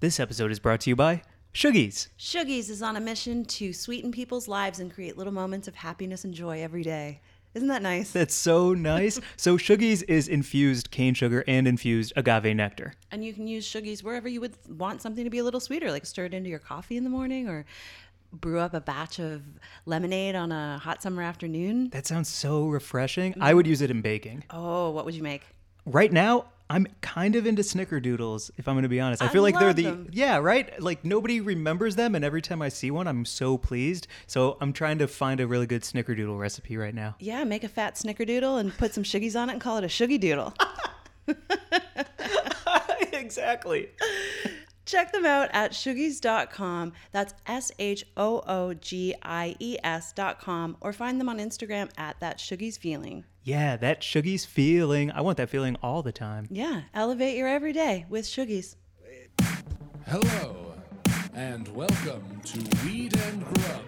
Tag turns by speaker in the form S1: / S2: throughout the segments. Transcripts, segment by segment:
S1: This episode is brought to you by Sugies.
S2: Sugies is on a mission to sweeten people's lives and create little moments of happiness and joy every day. Isn't that nice?
S1: That's so nice. so Sugies is infused cane sugar and infused agave nectar.
S2: And you can use Sugies wherever you would want something to be a little sweeter, like stir it into your coffee in the morning or brew up a batch of lemonade on a hot summer afternoon.
S1: That sounds so refreshing. I would use it in baking.
S2: Oh, what would you make?
S1: Right now, I'm kind of into snickerdoodles, if I'm going to be honest. I feel
S2: I
S1: like they're
S2: love
S1: the
S2: them.
S1: Yeah, right? Like nobody remembers them and every time I see one, I'm so pleased. So, I'm trying to find a really good snickerdoodle recipe right now.
S2: Yeah, make a fat snickerdoodle and put some Sugies on it and call it a Sugie Doodle.
S1: exactly.
S2: Check them out at sugies.com. That's S H O O G I E S.com. Or find them on Instagram at that Sugies feeling.
S1: Yeah, that Sugies feeling. I want that feeling all the time.
S2: Yeah, elevate your everyday with Sugies.
S3: Hello, and welcome to Weed and Grub.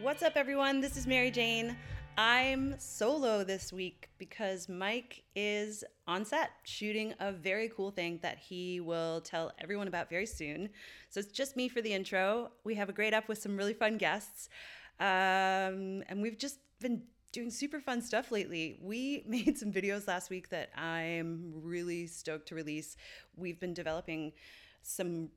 S2: What's up, everyone? This is Mary Jane. I'm solo this week because Mike is on set shooting a very cool thing that he will tell everyone about very soon. So it's just me for the intro. We have a great up with some really fun guests. Um, and we've just been doing super fun stuff lately. We made some videos last week that I'm really stoked to release. We've been developing some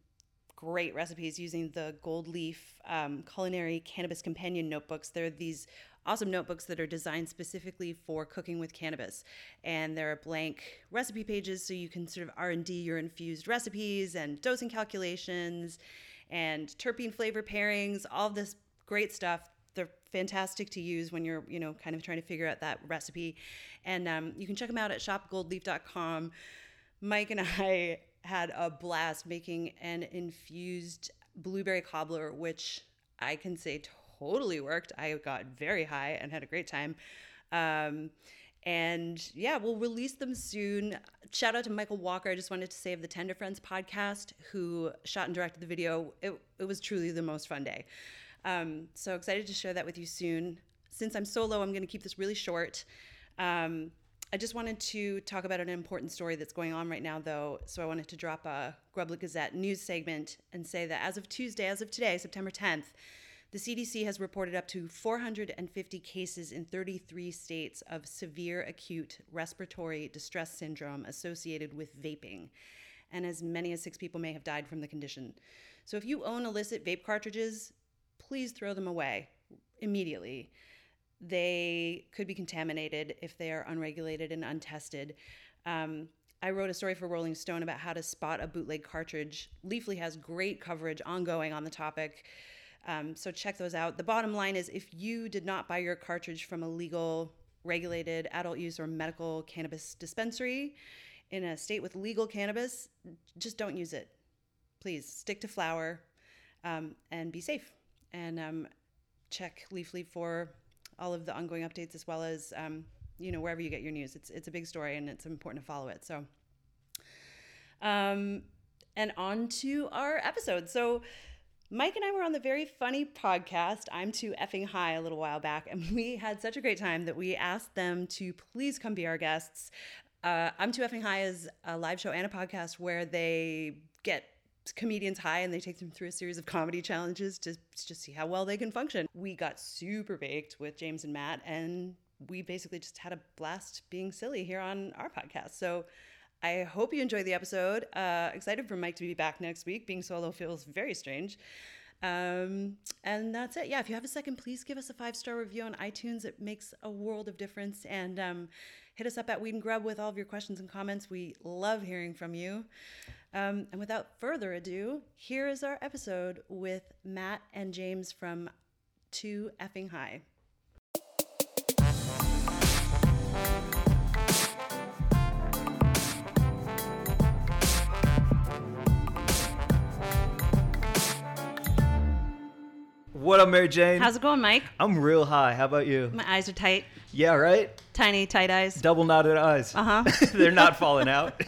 S2: great recipes using the Gold Leaf um, Culinary Cannabis Companion notebooks. They're these awesome notebooks that are designed specifically for cooking with cannabis, and there are blank recipe pages so you can sort of R and D your infused recipes and dosing calculations, and terpene flavor pairings. All this great stuff. They're fantastic to use when you're, you know, kind of trying to figure out that recipe. And um, you can check them out at shopgoldleaf.com. Mike and I had a blast making an infused blueberry cobbler, which I can say totally worked. I got very high and had a great time. Um, and yeah, we'll release them soon. Shout out to Michael Walker. I just wanted to say of the Tender Friends podcast, who shot and directed the video. It, it was truly the most fun day. Um, so excited to share that with you soon. Since I'm solo, I'm going to keep this really short. Um, I just wanted to talk about an important story that's going on right now, though. So I wanted to drop a Grubler Gazette news segment and say that as of Tuesday, as of today, September 10th, the CDC has reported up to 450 cases in 33 states of severe acute respiratory distress syndrome associated with vaping and as many as six people may have died from the condition. So if you own illicit vape cartridges, please throw them away immediately. They could be contaminated if they are unregulated and untested. Um, I wrote a story for Rolling Stone about how to spot a bootleg cartridge. Leafly has great coverage ongoing on the topic. Um, so check those out. The bottom line is if you did not buy your cartridge from a legal, regulated adult use or medical cannabis dispensary in a state with legal cannabis, just don't use it. Please stick to flower um, and be safe. And um, check Leafly for all of the ongoing updates as well as um, you know wherever you get your news. It's it's a big story and it's important to follow it. So. Um, and on to our episode. So, Mike and I were on the very funny podcast, I'm Too Effing High, a little while back, and we had such a great time that we asked them to please come be our guests. Uh, I'm Too Effing High is a live show and a podcast where they get comedians high and they take them through a series of comedy challenges to just see how well they can function. We got super baked with James and Matt, and we basically just had a blast being silly here on our podcast. So, I hope you enjoyed the episode. Uh, excited for Mike to be back next week. Being solo feels very strange. Um, and that's it. Yeah, if you have a second, please give us a five star review on iTunes. It makes a world of difference. And um, hit us up at Weed and Grub with all of your questions and comments. We love hearing from you. Um, and without further ado, here is our episode with Matt and James from Too Effing High.
S1: What up, Mary Jane?
S2: How's it going, Mike?
S1: I'm real high. How about you?
S2: My eyes are tight.
S1: Yeah, right?
S2: tiny tight eyes.
S1: Double knotted eyes.
S4: Uh-huh.
S2: Uh huh.
S1: They're not falling out.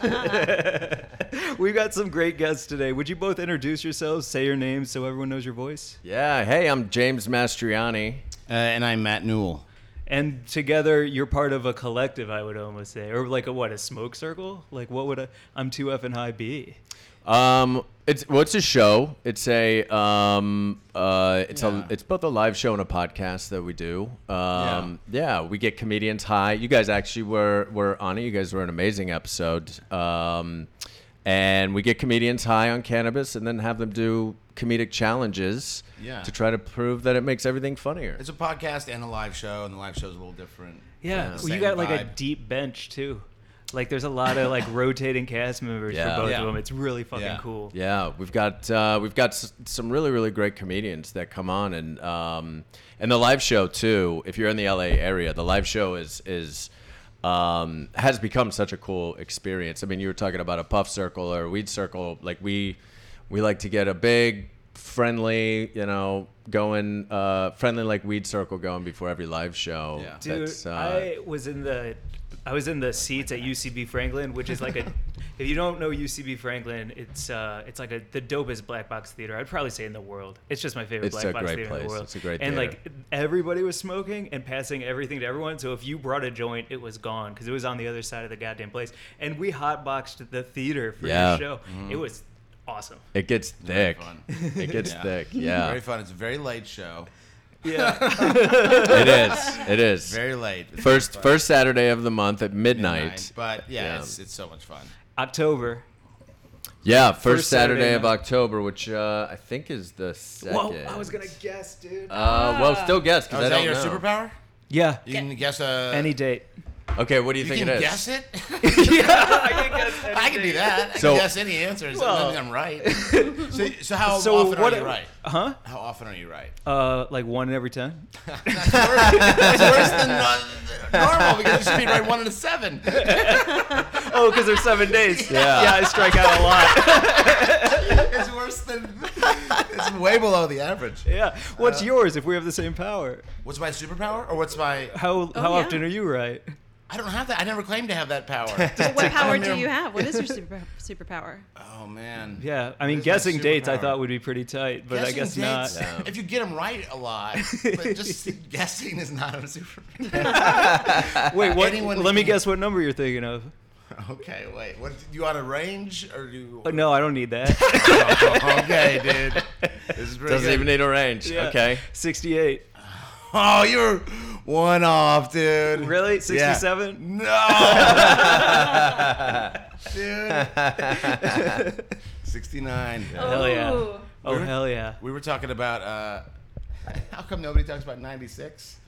S1: We've got some great guests today. Would you both introduce yourselves, say your names so everyone knows your voice?
S5: Yeah, hey, I'm James Mastriani.
S4: Uh, and I'm Matt Newell.
S1: And together, you're part of a collective, I would almost say, or like a what, a smoke circle? Like what would a I'm two F and high be?
S5: Um, it's well, it's a show. It's a um, uh, it's
S4: Yeah.
S5: a it's both a live show and a podcast that we do. Um, yeah. we get comedians high. You guys actually were were on it. You guys were an amazing episode. Um, and we get comedians high on cannabis and then have them do comedic challenges
S4: Yeah.
S5: to try to prove that it makes everything funnier.
S4: It's a podcast and a live show, and the live show is a little different.
S1: Yeah.
S4: It's the
S1: well, you
S4: same
S1: got like a
S4: vibe.
S1: deep bench too. Like there's a lot of like rotating cast members
S5: Yeah.
S1: for both
S4: Yeah.
S1: of them. It's really fucking
S4: Yeah.
S1: cool.
S5: Yeah, we've got uh, we've got s- some really really great comedians that come on and um, and the live show too. If you're in the LA area, the live show is is um, has become such a cool experience. I mean, you were talking about a puff circle or a weed circle. Like we we like to get a big friendly, you know, going uh, friendly like weed circle going before every live show.
S4: Yeah.
S1: Dude,
S5: That's, uh,
S1: I was in the I was in the seats at UCB Franklin, which is like a if you don't know UCB Franklin, it's uh it's like a the dopest black box theater. I'd probably say in the world. It's just my favorite
S5: It's
S1: black
S5: a
S1: box
S5: great
S1: theater in
S5: place.
S1: the world.
S5: It's a great
S1: and
S5: theater.
S1: like everybody was smoking and passing everything to everyone. So if you brought a joint, it was gone because it was on the other side of the goddamn place. And we hotboxed the theater for the
S5: Yeah. Mm-hmm.
S1: show. It was awesome.
S5: it gets thick.
S4: fun.
S5: It gets
S4: Yeah.
S5: thick.
S4: Very
S5: Yeah,
S4: fun. It's a very late show.
S1: Yeah.
S5: it is. It is.
S4: Very late. It's
S5: First
S4: fun.
S5: first Saturday of the month at midnight.
S4: Midnight. But yeah,
S5: Yeah.
S4: It's, it's so much fun.
S1: October.
S5: Yeah, first,
S1: First Saturday
S5: Saturday, of
S1: night.
S5: October, which uh, I think is the second.
S1: Whoa, I was gonna Ah. guess, dude.
S5: Uh, well, still guess
S4: Oh,
S5: because
S4: is
S5: I
S4: that
S5: don't
S4: your
S5: know.
S4: superpower?
S1: yeah.
S4: You can guess a.
S1: Any date.
S5: Okay, what do you,
S4: you
S5: think
S4: can
S5: it is?
S4: guess it?
S1: I can guess any
S4: I can do
S1: date.
S4: that. I
S5: So-
S4: can guess any answers.
S1: Well-
S4: I think I'm right. so, so how
S1: So
S4: often
S1: what-
S4: are you right?
S1: Huh?
S4: How often are you right?
S1: Uh, like one in every ten.
S4: it's worse than nor- normal because you should be right one in a seven.
S1: Oh, because there's seven days.
S5: Yeah.
S1: yeah, I strike out a lot.
S4: It's worse than. It's way below the average.
S1: yeah. What's yours? If we have the same power,
S4: What's my superpower or what's my?
S1: how how
S2: yeah.
S1: often are you right?
S4: I don't have that. I never claimed to have that power.
S2: But what power do
S4: never-
S2: you have? What is your super, superpower?
S4: oh man.
S1: Yeah. I mean,
S4: is my
S1: guessing dates I
S4: superpower?
S1: thought would be pretty tight, but I guess
S4: Guessing
S1: not.
S4: dates, If you get them right a lot, but just guessing is not a superpower.
S1: Wait, what?
S4: Anyone
S1: let me
S4: can-
S1: guess what number you're thinking of.
S4: Okay, wait. What? Do you want a range or do you? Oh,
S1: Oh, no, I don't need that.
S4: okay, dude. This is pretty
S5: Doesn't
S4: good.
S5: even need a range.
S1: Yeah.
S5: Okay.
S1: Sixty-eight.
S4: Oh, you're one off, dude.
S1: Really?
S4: Yeah.
S1: Sixty-seven.
S4: No. dude. 69.
S1: Hell yeah.
S2: Ooh.
S1: Oh hell yeah.
S4: We were talking about uh, how come nobody talks about 96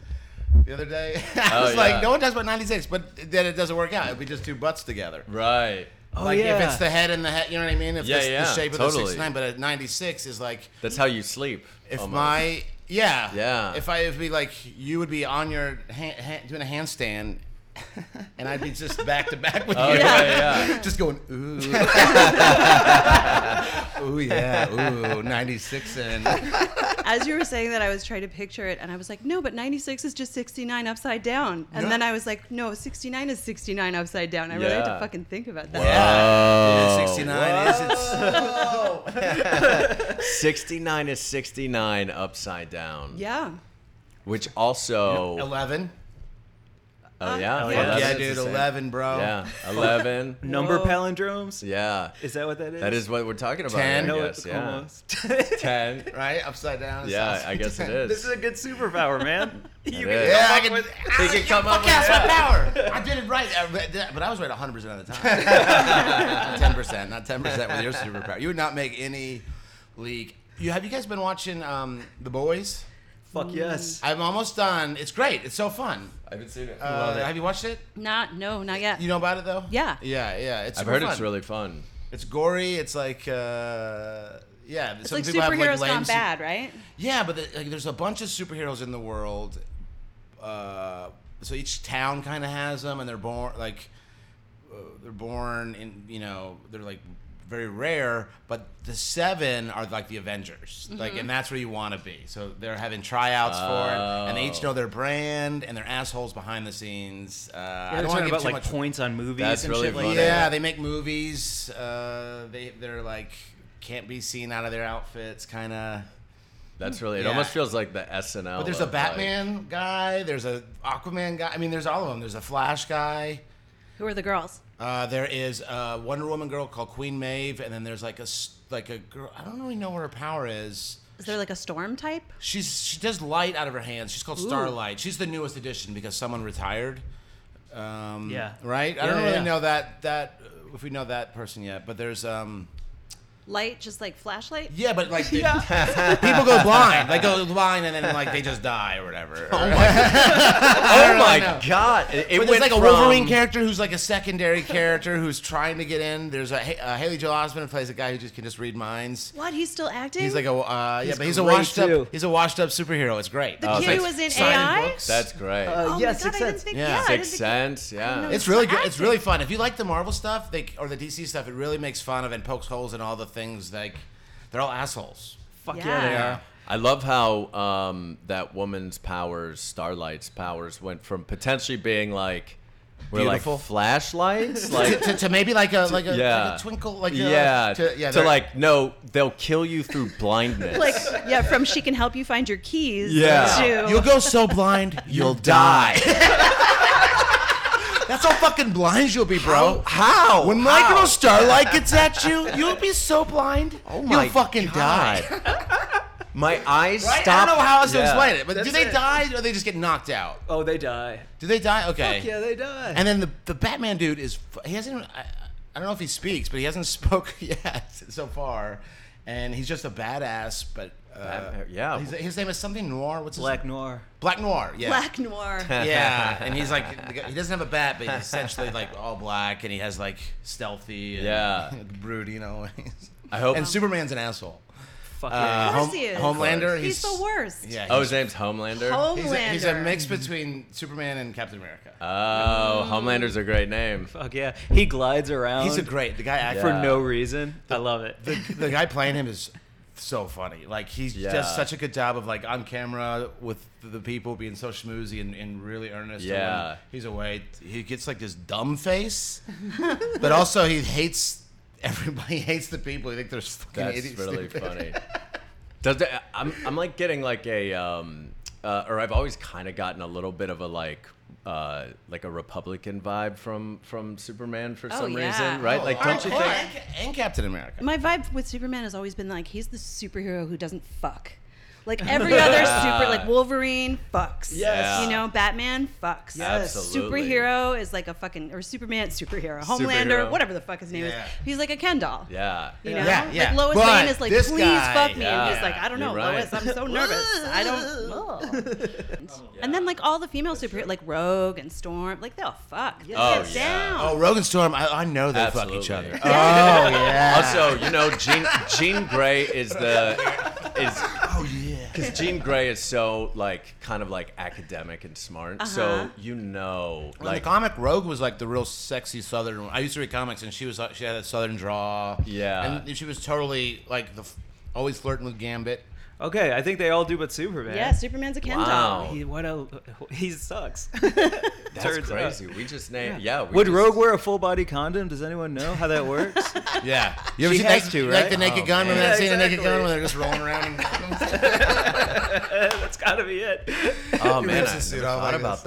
S4: the other day? I
S5: Oh,
S4: was like,
S5: yeah.
S4: no one talks about 96, but then it doesn't work out. It'd be just two butts together.
S5: Right.
S1: Oh
S4: like
S1: yeah.
S4: if it's the head and the head, you know what I mean? If
S5: Yeah,
S4: it's
S5: yeah,
S4: the shape of
S5: totally.
S4: the 69, but at 96 is like,
S5: That's how you sleep.
S4: if
S5: almost.
S4: my, yeah.
S5: Oh, Yeah.
S4: If I, it'd be like, you would be on your, hand, hand, doing a handstand, and I'd be just back to back with
S5: Oh,
S4: you.
S5: yeah, yeah.
S4: Just going, ooh. ooh, yeah, ooh, 96 and.
S2: As you were saying that, I was trying to picture it, and I was like, no, but 96 is just 69 upside down. And
S4: No.
S2: then I was like, no, 69 is 69 upside down. I really had to
S5: Yeah.
S2: fucking think about that.
S5: Oh.
S4: Yeah, 69 is it's
S5: 69 is 69 upside down.
S2: Yeah.
S5: Which also.
S4: 11.
S5: oh, yeah.
S1: Oh, yeah.
S5: eleven
S4: Yeah,
S5: is
S4: dude, oh.
S5: the same.
S4: 11, bro.
S5: Yeah. 11.
S1: number
S2: Whoa.
S1: palindromes.
S5: yeah.
S1: Is that what that is?
S5: That is what we're talking about.
S4: Ten.
S5: I
S1: No,
S5: guess,
S1: it's
S5: yeah.
S1: almost.
S5: 10.
S4: Right? Upside down. it's
S5: Yeah,
S4: awesome.
S5: I guess it
S1: This
S5: is.
S1: is a good superpower, man.
S5: It
S1: You
S5: is.
S4: Yeah, I can,
S1: with-
S4: I
S5: They can
S4: can
S5: come up
S4: fuck
S5: with-
S4: ass my power. I did it right, I- but that- but I was right 100 percent of the time. Ten percent, not 10 percent with your superpower. You would not make any league. You have you guys been watching um, The Boys?
S1: Fuck yes.
S4: I'm almost done. It's great. It's so fun.
S5: I haven't seen it.
S4: Uh, Have you watched it?
S2: Not, no, not yet.
S4: You know about it though?
S2: Yeah.
S4: Yeah, yeah. It's
S5: I've
S4: super
S5: heard
S4: fun.
S5: it's really fun.
S4: It's gory. It's like uh, yeah.
S2: it's like superheroes gone bad, right?
S4: Yeah, but the, like, there's a bunch of superheroes in the world. Uh, so each town kind of has them, and they're born like uh, they're born in you know they're like very very rare. But the seven are like the Avengers,
S1: Mm-hmm.
S4: like, and that's where you want to be. So they're having tryouts for it, and they each know their brand and their assholes behind the scenes. Uh, I
S1: They're
S4: don't
S1: talking
S4: want to give
S1: about
S4: too
S1: like
S4: much
S1: points on movies
S5: That's
S1: and
S5: really
S1: shit like
S5: funny.
S1: that.
S4: yeah, they make movies. Uh, they they're like can't be seen out of their outfits, kind of.
S5: That's really. It
S4: Yeah.
S5: almost feels like the SNL.
S4: But there's a
S5: of, like-
S4: Batman guy. There's a Aquaman guy. I mean, there's all of them. There's a Flash guy.
S2: Who are the girls?
S4: Uh, there is a Wonder Woman girl called Queen Maeve, and then there's like a s- like a girl. I don't really know what her power is.
S2: Is there like a storm type?
S4: She's she does light out of her hands. She's called
S2: Ooh.
S4: Starlight. She's the newest addition because someone retired. Um,
S1: Yeah.
S4: Right. I
S1: Yeah,
S4: don't
S1: yeah,
S4: really
S1: yeah.
S4: know that that if we know that person yet, but there's um.
S2: Light, just like flashlight?
S4: Yeah, but like they- people go blind. They go blind and then like they just die or whatever. Oh my,
S5: Oh my god! It, it
S4: but
S5: went
S4: there's like a
S5: from-
S4: Wolverine character who's like a secondary character who's trying to get in. There's a, Ha- uh, Haley Joel Osment who plays a guy who just can just read minds.
S2: What? He's still acting?
S4: He's like a uh, yeah, but he's a
S1: great,
S4: washed
S1: too.
S4: up he's a washed up superhero. It's great.
S2: the
S5: Oh,
S2: kid
S5: thanks.
S2: who was in
S4: Signing
S2: AI?
S4: books.
S5: That's great.
S2: Oh my
S1: Yes,
S2: God,
S1: Sixth
S2: I didn't
S1: Sense.
S2: think,
S4: Uh, Yeah.
S2: yeah. I didn't
S5: Sixth
S2: think-
S5: Sense. Yeah.
S2: know.
S4: It's really
S2: Still
S4: good. It's
S2: acting.
S4: really fun. If you like the Marvel stuff, they or the DC stuff, it really makes fun of and pokes holes in all the things. Like they're all assholes.
S1: Fuck yeah,
S2: Yeah.
S1: they are.
S5: I love how um, that woman's powers, Starlight's powers, went from potentially being like, we're
S4: Beautiful.
S5: like flashlights,
S4: to,
S5: like
S4: to, to maybe like a like a,
S5: yeah,
S4: like a twinkle like a,
S5: yeah,
S4: to, yeah
S5: to
S4: they're-
S5: like no, they'll kill you through blindness.
S2: Like, yeah, from She Can Help You Find Your Keys
S5: Yeah.
S2: to.
S4: You'll go so blind, you'll die. That's how fucking blind you'll be, bro.
S5: How?
S4: When my girl Starlight gets at you, you'll be so blind, oh
S5: my
S4: you'll fucking die.
S5: my eyes
S4: Right? I
S5: stop.
S4: don't know how else to
S5: Yeah.
S4: explain it, but do
S1: That's
S4: they
S1: it.
S4: die or they just get knocked out?
S1: Oh, they die.
S4: Do they die? Okay.
S1: Fuck yeah, they die.
S4: And then the, the Batman dude is f- he hasn't even, I, I- I don't know if he speaks, but he hasn't spoke yet so far, and he's just a badass. But uh,
S5: Batman- yeah.
S4: his, his name is something Noir. What's his
S1: Black Noir.
S4: Black Noir? Yeah,
S2: Black Noir.
S4: yeah, and he's like, he doesn't have a bat, but he's essentially like all black, and he has like stealthy, and
S5: Yeah.
S4: broody, you know.
S5: I hope.
S4: and Superman's an asshole.
S1: Fuck
S4: Uh,
S1: yeah.
S2: course he is.
S4: Homelander,
S2: He's the worst.
S4: Yeah,
S5: oh, his name's Homelander.
S2: Homelander.
S4: he's, a, he's a mix between Superman and Captain America.
S5: oh, Homelander's a great name.
S1: Fuck yeah. He glides around.
S4: he's a great. The guy acting,
S1: for
S5: Yeah.
S1: no reason. I love it.
S4: the, the guy playing him is so funny. Like he
S5: Yeah.
S4: does such a good job of like on camera with the people being so schmoozy and, and really earnest. and when
S5: Yeah.
S4: he's away. He gets like this dumb face, but also he hates everybody. Hates the people. He thinks they're fucking
S5: That's
S4: idiots.
S5: really
S4: stupid.
S5: funny. Does that, I'm I'm like getting like a um uh, or I've always kind of gotten a little bit of a like uh like a Republican vibe from from Superman for
S2: Oh,
S5: some
S2: yeah.
S5: reason, right?
S4: Oh,
S5: like
S4: oh,
S5: don't you
S4: oh,
S5: think?
S4: And, and Captain America.
S2: My vibe with Superman has always been like he's the superhero who doesn't fuck. Like every other super, like Wolverine fucks.
S5: Yes.
S2: You know, Batman fucks.
S5: Yes. Absolutely.
S2: Superhero is like a fucking or Superman superhero, Homelander,
S5: Superhero.
S2: whatever the fuck his name
S4: Yeah.
S2: is. He's like a Ken doll.
S5: Yeah.
S2: You know,
S4: Yeah, yeah.
S2: like Lois
S4: But
S2: Lane is like,
S4: this
S2: please
S4: guy-
S2: fuck me,
S5: Yeah.
S2: and he's like, I don't
S5: You're
S2: know,
S5: right.
S2: Lois, I'm so nervous. I don't. And then like all the female superheroes, like Rogue and Storm, like they'll fuck. They'll
S5: Oh,
S2: get
S5: yeah.
S2: down.
S4: Oh, Rogue and Storm. I, I know they
S5: Absolutely.
S4: fuck each other. Oh yeah.
S5: Also, you know, Jean Jean Grey is the is
S4: oh yeah.
S5: because Jean Grey is so like kind of like academic and smart,
S2: Uh-huh.
S5: so you know,
S4: Like,
S5: like
S4: the comic Rogue was like the real sexy Southern. I used to read comics, and she was like- she had a Southern draw.
S5: Yeah.
S4: and she was totally like the f- always flirting with Gambit.
S1: Okay, I think they all do but Superman.
S2: yeah, Superman's a Ken doll.
S5: Wow.
S1: He, what a, he sucks.
S5: that's
S1: turns out.
S5: crazy. We just named yeah. we
S1: Would
S5: just-
S1: Rogue wear a full body condom? Does anyone know how that works?
S4: Yeah, you ever
S1: She
S4: seen
S1: has
S4: that,
S1: to,
S4: like
S1: right?
S4: the Naked
S5: Oh,
S4: Gun? Remember
S1: man.
S4: that scene in
S1: Yeah,
S4: Naked Gun
S1: exactly.
S4: when they're just rolling around? And
S1: That's gotta be it.
S5: Oh man,
S4: rips
S5: I
S4: his suit
S5: never
S4: off
S5: thought
S4: like
S5: about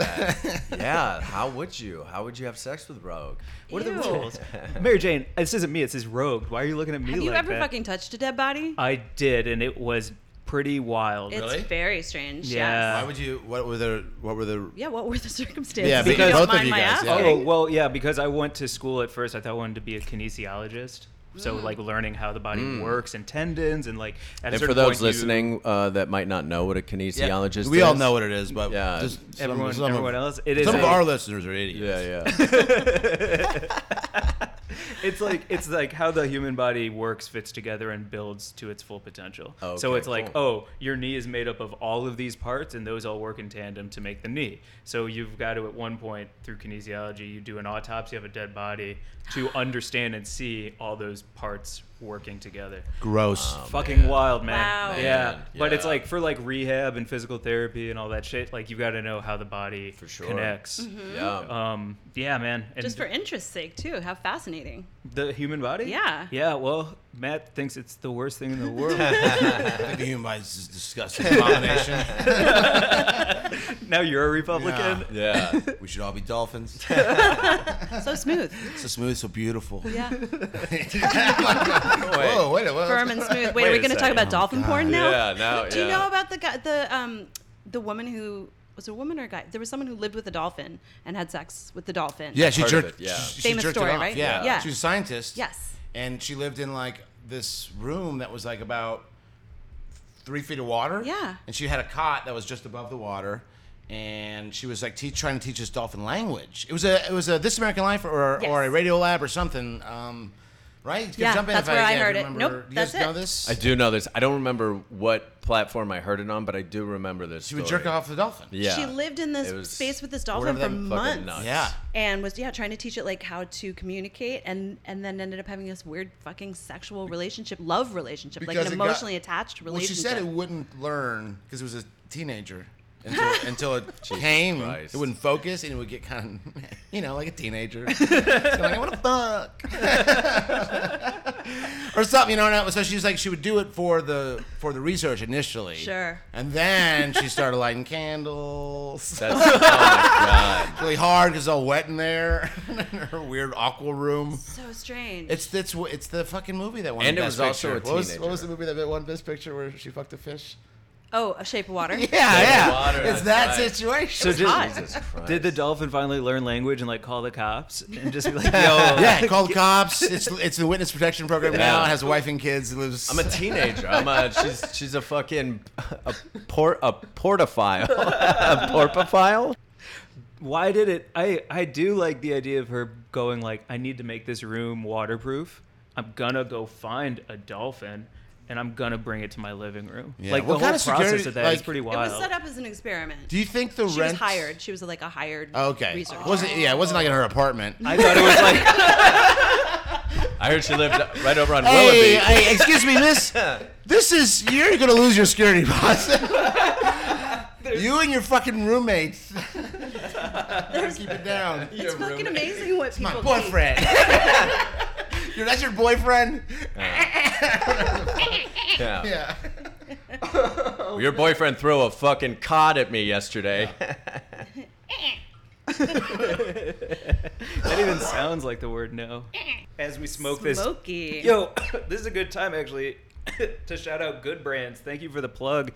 S5: that. yeah, how would you? How would you have sex with Rogue?
S1: What are the
S2: Ew.
S1: rules? Mary Jane, this isn't me. It says Rogue. Why are you looking at me
S2: Have
S1: like
S2: you ever
S1: that?
S2: fucking touched a dead body?
S1: I did, and it was pretty wild.
S2: It's
S4: Really?
S2: very strange.
S1: Yeah.
S2: Yes.
S4: Why would you? What were the? What were the?
S2: Yeah. What were the circumstances?
S4: Yeah,
S2: if you
S4: because-
S2: don't
S4: both of
S2: mind
S4: you
S2: my
S4: guys, yeah.
S1: Oh
S2: asking?
S1: well, yeah, because I went to school at first. I thought I wanted to be a kinesiologist, so
S4: Mm.
S1: like learning how the body works and tendons and like. At a
S5: Mm. And for
S1: certain
S5: those
S1: point, you-
S5: listening uh, that might not know what a kinesiologist is,
S4: we all know what it is, but
S5: Yeah.
S4: just some-
S1: everyone,
S4: some of-
S1: everyone else, it is
S4: Some of
S1: a-
S4: our listeners are idiots.
S5: Yeah, yeah.
S1: it's like it's like how the human body works, fits together, and builds to its full potential. so
S5: Okay,
S1: it's like,
S5: cool.
S1: oh, your knee is made up of all of these parts, and those all work in tandem to make the knee. So you've got to, at one point, through kinesiology, you do an autopsy of a dead body to understand and see all those parts working together.
S4: Gross.
S1: Fucking wild, man.
S2: Wow. Man,
S1: Yeah. But it's
S5: Oh, yeah.
S1: like for like rehab and physical therapy and all that shit, like you've got to know how the body
S5: For sure.
S1: connects.
S5: Yeah.
S1: Um, yeah, man. And
S2: Mm-hmm. Just for interest's sake, too. How fascinating.
S1: the human body?
S2: Yeah.
S1: Yeah, well, Matt thinks it's the worst thing in the world.
S4: I think the human body is just disgusting abomination.
S1: now you're a Republican.
S5: Yeah.
S4: we should all be dolphins.
S2: So smooth.
S4: So smooth, so beautiful.
S2: Yeah.
S4: Whoa, wait Oh, a
S2: Firm
S4: minute.
S2: and smooth. Wait,
S5: Wait
S2: are we
S5: a
S2: going to talk
S5: second.
S2: about dolphin porn now?
S5: Yeah, now,
S2: Do you
S5: yeah.
S2: know about the guy, the, um, the woman who, was it a woman or a guy? There was someone who lived with a dolphin and had sex with the dolphin.
S4: Yeah, she
S5: Heard of
S4: jerked.
S5: it, yeah.
S4: She, she
S2: Famous
S4: jerked
S2: story,
S4: it off.
S2: right?
S4: Yeah.
S2: Yeah.
S4: She was a scientist.
S2: Yes.
S4: And she lived in like this room that was like about three feet of water.
S2: Yeah.
S4: And she had a cot that was just above the water. And she was like te- trying to teach us dolphin language. It was a it was a This American Life or
S2: Yes.
S4: or a Radio Lab or something, um, right?
S2: Yeah,
S4: Jump in
S2: that's
S4: if
S2: where I
S4: yeah,
S2: heard
S4: if
S2: it.
S4: you
S2: Nope,
S4: Remember, you
S2: that's
S4: guys know
S2: it.
S4: this?
S5: I do know this. I don't remember what platform I heard it on, but I do remember this.
S4: She would
S5: story.
S4: jerk off the dolphin.
S5: Yeah.
S2: She lived in this
S5: It was-
S2: space with this
S4: one
S2: dolphin
S4: of
S2: for
S4: them
S5: fucking
S2: months.
S5: nuts.
S4: Yeah.
S2: and was yeah trying to teach it like how to communicate and and then ended up having this weird fucking sexual relationship love relationship like
S4: Because
S2: an
S4: it got-
S2: emotionally attached
S4: Well, she
S2: relationship
S4: said it wouldn't learn because it was a teenager until, until it came.
S5: Christ.
S4: It wouldn't focus and it would get kind of, you know, like a teenager. so like, I want to fuck. or something, you know. And I- so she was like, she would do it for the for the research initially.
S2: Sure.
S4: And then she started lighting candles
S5: That's, oh my god.
S4: really hard because it's all wet in there in her weird aqua room.
S2: so strange
S4: It's it's it's the fucking movie that won.
S5: And it
S4: Best
S5: was also
S4: Picture.
S5: a
S4: What was, what
S5: teenager.
S4: was the movie that won Best Picture where she fucked a fish?
S2: oh a shape of water
S4: Yeah, yeah.
S5: water,
S4: it's that
S5: that's right.
S4: situation.
S1: So did,
S2: hot.
S5: Jesus Christ.
S1: did the dolphin finally learn language and like call the cops and just be like, yo,
S4: yeah, call the cops. It's it's the witness protection program now.
S5: Yeah.
S4: It has a wife and kids. It lives.
S5: I'm a teenager. I'm a she's she's a fucking a port a portophile. a porpophile?
S1: why did it? I I do like the idea of her going like, I need to make this room waterproof. I'm gonna go find a dolphin and I'm gonna bring it to my living room.
S4: Yeah.
S1: Like
S4: What
S1: the whole
S4: kind of
S1: process
S4: security-
S1: of that is
S4: like-
S1: pretty
S2: it
S1: wild.
S2: was set up as an experiment
S4: Do you think the
S2: she
S4: rent?
S2: was hired she was like a hired
S4: Okay.
S2: researcher
S4: Was it? Yeah, it wasn't like in her apartment.
S1: I thought it was like
S5: I heard she lived right over on
S4: Hey,
S5: Willoughby.
S4: hey, excuse me, miss. This is you're gonna lose your security boss. you and your fucking roommates. Keep it down.
S2: it's fucking amazing what people
S4: My
S2: keep.
S4: boyfriend. You're, that's your boyfriend.
S5: Yeah.
S4: Yeah.
S5: Your boyfriend threw a fucking cod at me yesterday.
S1: that even sounds like the word no. As we smoke this
S2: smoky
S1: Yo, this is a good time actually to shout out Good Brands. Thank you for the plug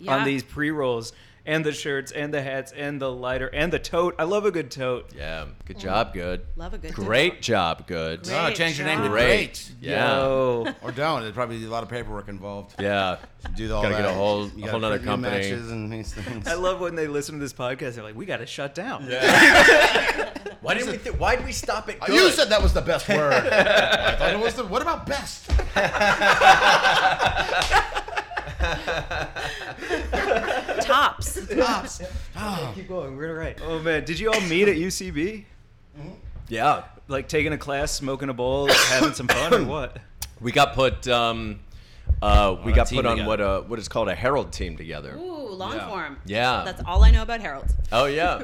S2: Yeah.
S1: on these pre rolls and the shirts and the hats and the lighter and the tote. I love a good tote.
S5: Yeah. Good job, good.
S2: love a good
S5: Great job, good.
S2: Great.
S4: Oh, change your name to
S2: job.
S4: Great.
S5: Yeah.
S1: Yo.
S4: Or don't. There's probably a lot of paperwork involved.
S5: Yeah.
S4: do all
S5: Gotta
S4: that.
S5: get a whole-
S4: You
S5: a
S4: gotta
S5: whole nother
S4: print new
S5: company.
S4: matches and these things.
S1: I love when they listen to this podcast. They're like, we got to shut down.
S5: Why did we th- why did we stop at good?
S4: You said that was the best word. I thought it was the. What about best?
S2: tops
S4: Tops.
S1: Keep going. We're right. Oh, man. Did you all meet at UCB?
S5: Yeah.
S1: Like taking a class, smoking a bowl, having some fun, or what?
S5: We got put um uh we
S4: a
S5: got
S4: team
S5: put on
S4: together.
S5: what a what is called a herald team together.
S2: ooh long form
S5: Yeah.
S2: that's all i know about harold
S5: Oh yeah,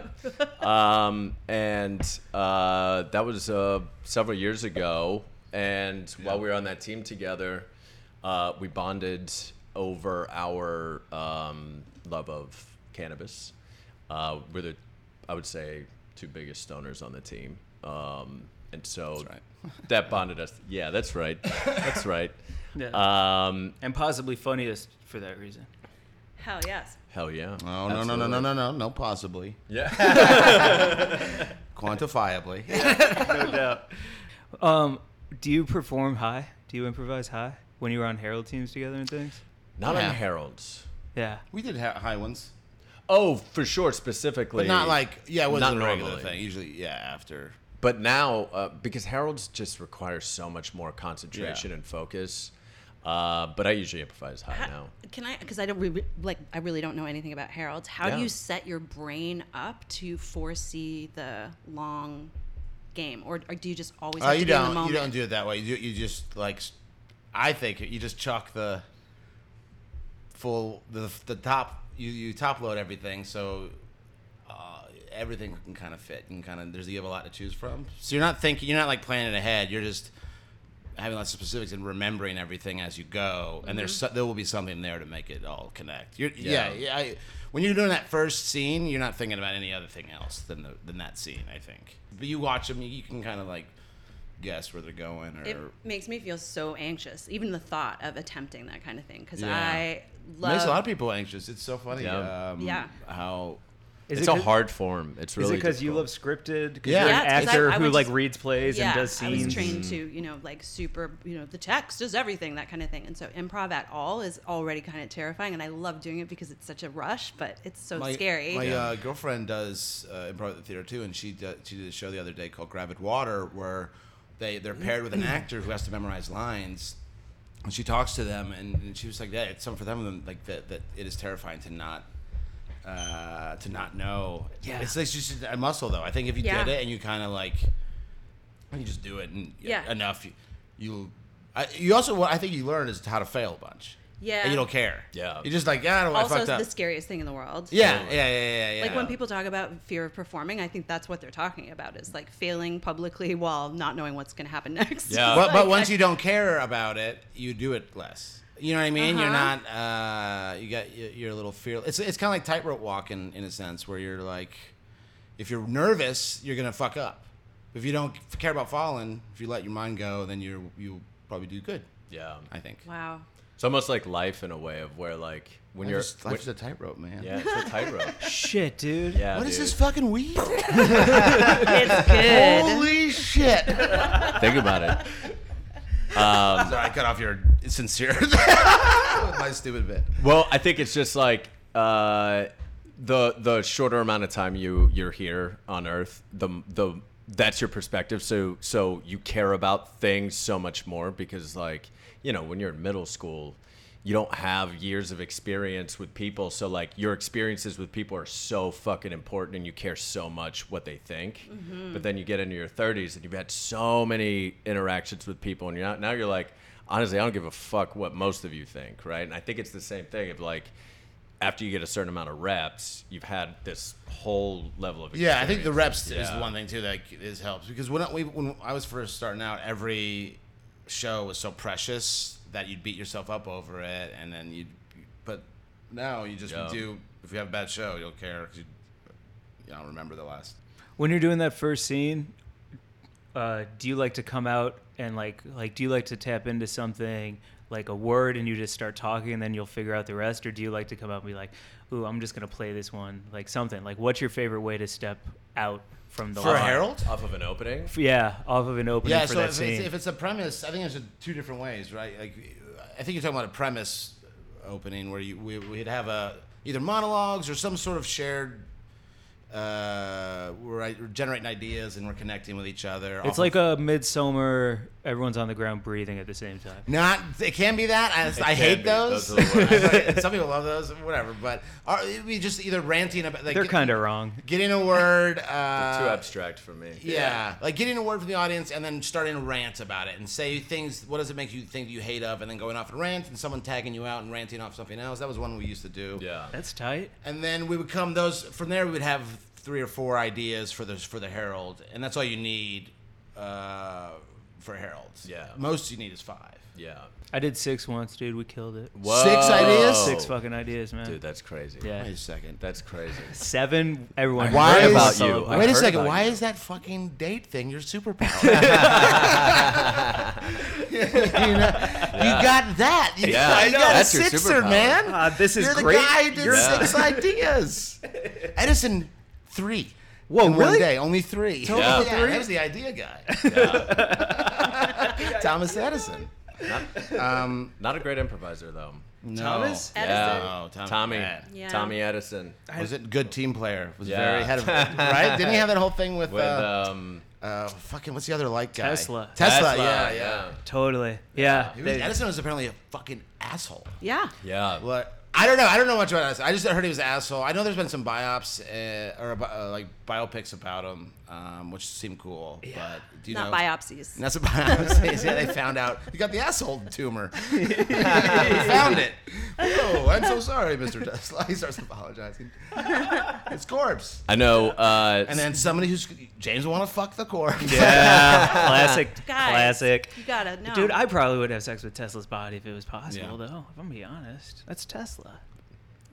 S5: um, and uh, that was uh, several years ago. And while we were on that team together, uh, we bonded over our um, love of cannabis. Uh, we're the, I would say, two biggest stoners on the team, um, and so that bonded us. Yeah, that's right. That's right.
S1: Yeah.
S5: Um,
S1: Uh, and possibly funniest for that reason.
S2: hell yes
S5: hell yeah.
S4: Oh no no no no
S5: Absolutely.
S4: no no no possibly
S5: Yeah.
S4: quantifiably.
S1: No doubt. Um, do you perform high? Do you improvise high when you were on Herald teams together and things?
S5: Not
S4: Yeah.
S5: on heralds.
S1: Yeah.
S4: We did ha- high ones,
S5: Oh, for sure, specifically.
S4: but not like yeah. It wasn't
S5: Not
S4: a regular
S5: normally.
S4: thing. Usually yeah after.
S5: But now, uh, because Harold's just requires so much more concentration and focus. Uh, but I usually improvise high
S2: Ha-
S5: now.
S2: Uh, Can I? Because I don't re- like. I really don't know anything about heralds. How do
S5: Yeah.
S2: you set your brain up to foresee the long game, or, or do you just always?
S4: Oh,
S2: have
S4: you
S2: to be In the
S4: don't.
S2: moment?
S4: You don't do it that way. You, you just like, s- I think you just chuck the full the the top. You you top load everything so. Uh, everything can kind of fit and kind of there's you have a lot to choose from. So you're not thinking, you're not like planning ahead. You're just having lots of specifics and remembering everything as you go. And there's
S2: Mm-hmm.
S4: so, there will be something there to make it all connect. You're,
S5: Yeah.
S4: yeah, yeah. I, when you're doing that first scene, you're not thinking about any other thing else than the, than that scene. I think. But you watch them, you can kind of like guess where they're going or.
S2: It makes me feel so anxious, even the thought of attempting that kind of thing, because
S4: Yeah.
S2: I love.
S4: makes a lot of people anxious. It's so funny.
S5: Yeah.
S4: Um,
S2: Yeah.
S4: How.
S1: Is
S5: it's
S1: it
S5: a
S1: 'cause-
S5: hard form. It's
S1: Is
S5: really
S1: it because you love
S5: difficult.
S1: scripted? Because
S4: Yeah.
S1: you're
S2: Yeah,
S1: an
S2: it's 'cause I-
S1: actor
S2: I
S1: who
S2: would
S1: like
S2: just-
S1: reads plays
S2: yeah,
S1: and does
S2: I was
S1: scenes.
S2: trained to, you know, like super, you know, the text is everything, that kind of thing. And so improv at all is already kind of terrifying, and I love doing it because it's such a rush, but it's so
S4: my,
S2: scary.
S4: My uh, girlfriend does uh, improv at the theater too, and she do, she did a show the other day called Gravid Water, where they they're paired with an actor who has to memorize lines, and she talks to them, and, and she was like, "Yeah, it's something for them, and, like that that it is terrifying to not." Uh, to not know,
S2: Yeah.
S4: it's, it's just a muscle though. I think if you
S2: Yeah.
S4: did it and you kind of like, and you just do it and
S2: Yeah.
S4: enough, you, you, I, you also what I think you learn is how to fail a bunch.
S2: Yeah.
S4: and you don't care.
S5: Yeah.
S4: you're just like, yeah, I, don't, I
S2: also,
S4: fucked
S2: it's
S4: up.
S2: the scariest thing in the world.
S4: Yeah, yeah, yeah, yeah, yeah.
S2: Like when people talk about fear of performing, I think that's what they're talking about is like failing publicly while not knowing what's going to happen next.
S5: Yeah.
S4: But, but
S2: Like,
S4: once
S2: I-
S4: you don't care about it, you do it less. You know what I mean? You're
S2: Uh-huh.
S4: not. Uh, you got. you- You're a little fearless. It's it's kind of like tightrope walking in a sense where you're like, if you're nervous, you're gonna fuck up. If you don't care about falling, if you let your mind go, then you're you'll probably do good.
S5: Yeah.
S4: I think.
S2: Wow.
S5: It's almost like life in a way of where like when
S4: I
S5: you're
S4: just, life's a tightrope, man.
S5: yeah, it's a tightrope.
S1: Shit, dude.
S5: Yeah.
S4: What is
S5: dude.
S4: this fucking weed?
S2: It's good.
S4: Holy shit! Sorry,
S5: Think about it.
S4: I cut off your sincere. My stupid bit.
S5: Well, I think it's just like uh, the the shorter amount of time you you're here on Earth, the the that's your perspective. So so you care about things so much more because like you know when you're in middle school. You don't have years of experience with people, so like your experiences with people are so fucking important, and you care so much what they think. But then you get into your 30s, and you've had so many interactions with people, and you're not, now you're like, honestly, I don't give a fuck what most of you think, right? And I think it's the same thing of like, after you get a certain amount of reps, you've had this whole level of
S4: Yeah, I think the
S5: experience.
S4: reps is
S5: Yeah.
S4: one thing too that is helps because when I, we, when I was first starting out, every show was so precious that you'd beat yourself up over it, and then you'd. But now you just
S5: Yeah.
S4: do. If you have a bad show, you'll care 'cause you, you don't remember the last.
S1: When you're doing that first scene, uh, do you like to come out and like like do you like to tap into something like a word and you just start talking and then you'll figure out the rest, or do you like to come out and be like, "Ooh, I'm just gonna play this one like something." Like, what's your favorite way to step out from the
S4: For a
S1: line?
S4: Herald?
S5: off of an opening.
S1: Yeah, off of an opening
S4: Yeah,
S1: for
S4: so
S1: that
S4: if
S1: scene.
S4: it's, if it's a premise, I think there's a, two different ways, right? Like, I think you're talking about a premise opening where you we, we'd have a either monologues or some sort of shared. Uh, where I- we're generating ideas and we're connecting with each other. off
S1: It's
S4: of-
S1: like a midsummer. Everyone's on the ground breathing at the same time.
S4: Not it can be that. I, I
S5: can
S4: hate
S5: be.
S4: those.
S5: Those are the
S4: Some people love those, whatever. But are we just either ranting about? Like,
S1: They're
S4: get-
S1: kind of wrong.
S4: getting a word. Uh,
S5: Too abstract for me.
S4: Yeah. like getting a word from the audience and then starting to rant about it and say things. What does it make you think you hate of? And then going off and rant and someone tagging you out and ranting off something else. That was one we used to do.
S5: Yeah.
S1: That's tight.
S4: And then we would come those from there. We would have three or four ideas for the for the Herald, and that's all you need uh, for Heralds.
S5: Yeah.
S4: most you need is five.
S5: Yeah.
S1: I did six once, dude. We killed it.
S4: Six ideas?
S5: Whoa.
S1: Six fucking ideas, man.
S5: Dude, that's crazy.
S1: yeah.
S4: Wait a second.
S5: That's crazy.
S1: Seven. Everyone.
S4: Why
S1: heard
S4: is-
S1: about
S5: about you.
S1: you.
S5: I've
S4: Wait a
S5: heard
S4: second.
S5: about
S4: Why
S5: you.
S4: is that fucking date thing your superpower? you, know, you got that. You,
S5: Yeah,
S4: you
S5: I know.
S4: got
S5: That's
S4: a
S5: your
S4: sixer,
S5: superpower.
S4: man.
S1: Ah, this is
S4: You're the
S1: great.
S4: guy who did
S1: You're-
S4: six ideas. Edison, three.
S1: Whoa,
S4: in one
S1: really?
S4: day, only three. Total
S5: Yeah.
S4: three. That was the idea guy,
S5: Yeah.
S4: Thomas Edison. Um,
S5: Not a great improviser though.
S4: no.
S1: Thomas?
S5: Yeah.
S2: Edison.
S4: No, Tom-
S5: Tommy.
S4: yeah. Uh,
S2: Yeah.
S5: Tommy Edison.
S4: was it good team player? Was
S5: Yeah.
S4: very head of right. Didn't he have that whole thing with?
S5: With
S4: uh,
S5: um
S4: uh, fucking what's the other light guy?
S1: Tesla.
S4: Tesla. yeah, yeah.
S1: Totally. Yeah.
S4: He was- Edison was apparently a fucking asshole.
S2: Yeah.
S5: Yeah.
S4: What? I don't know. I don't know much about Edison. I just heard he was an asshole. I know there's been some biops uh, or uh, like biopics about him, um, which seem cool. But do you
S2: Not
S4: know?
S2: biopsies.
S4: And that's what I'm saying. Yeah, they found out. You got the asshole tumor. We found it. Oh, I'm so sorry, Mr. Tesla. He starts apologizing. It's corpse.
S5: I know. Uh,
S4: And then somebody who's James want to fuck the corpse.
S1: Yeah. Uh, classic.
S2: Guys,
S1: Classic.
S2: You gotta know.
S1: Dude, I probably would have sex with Tesla's body if it was possible,
S4: Yeah.
S1: though. If I'm gonna be honest, that's Tesla.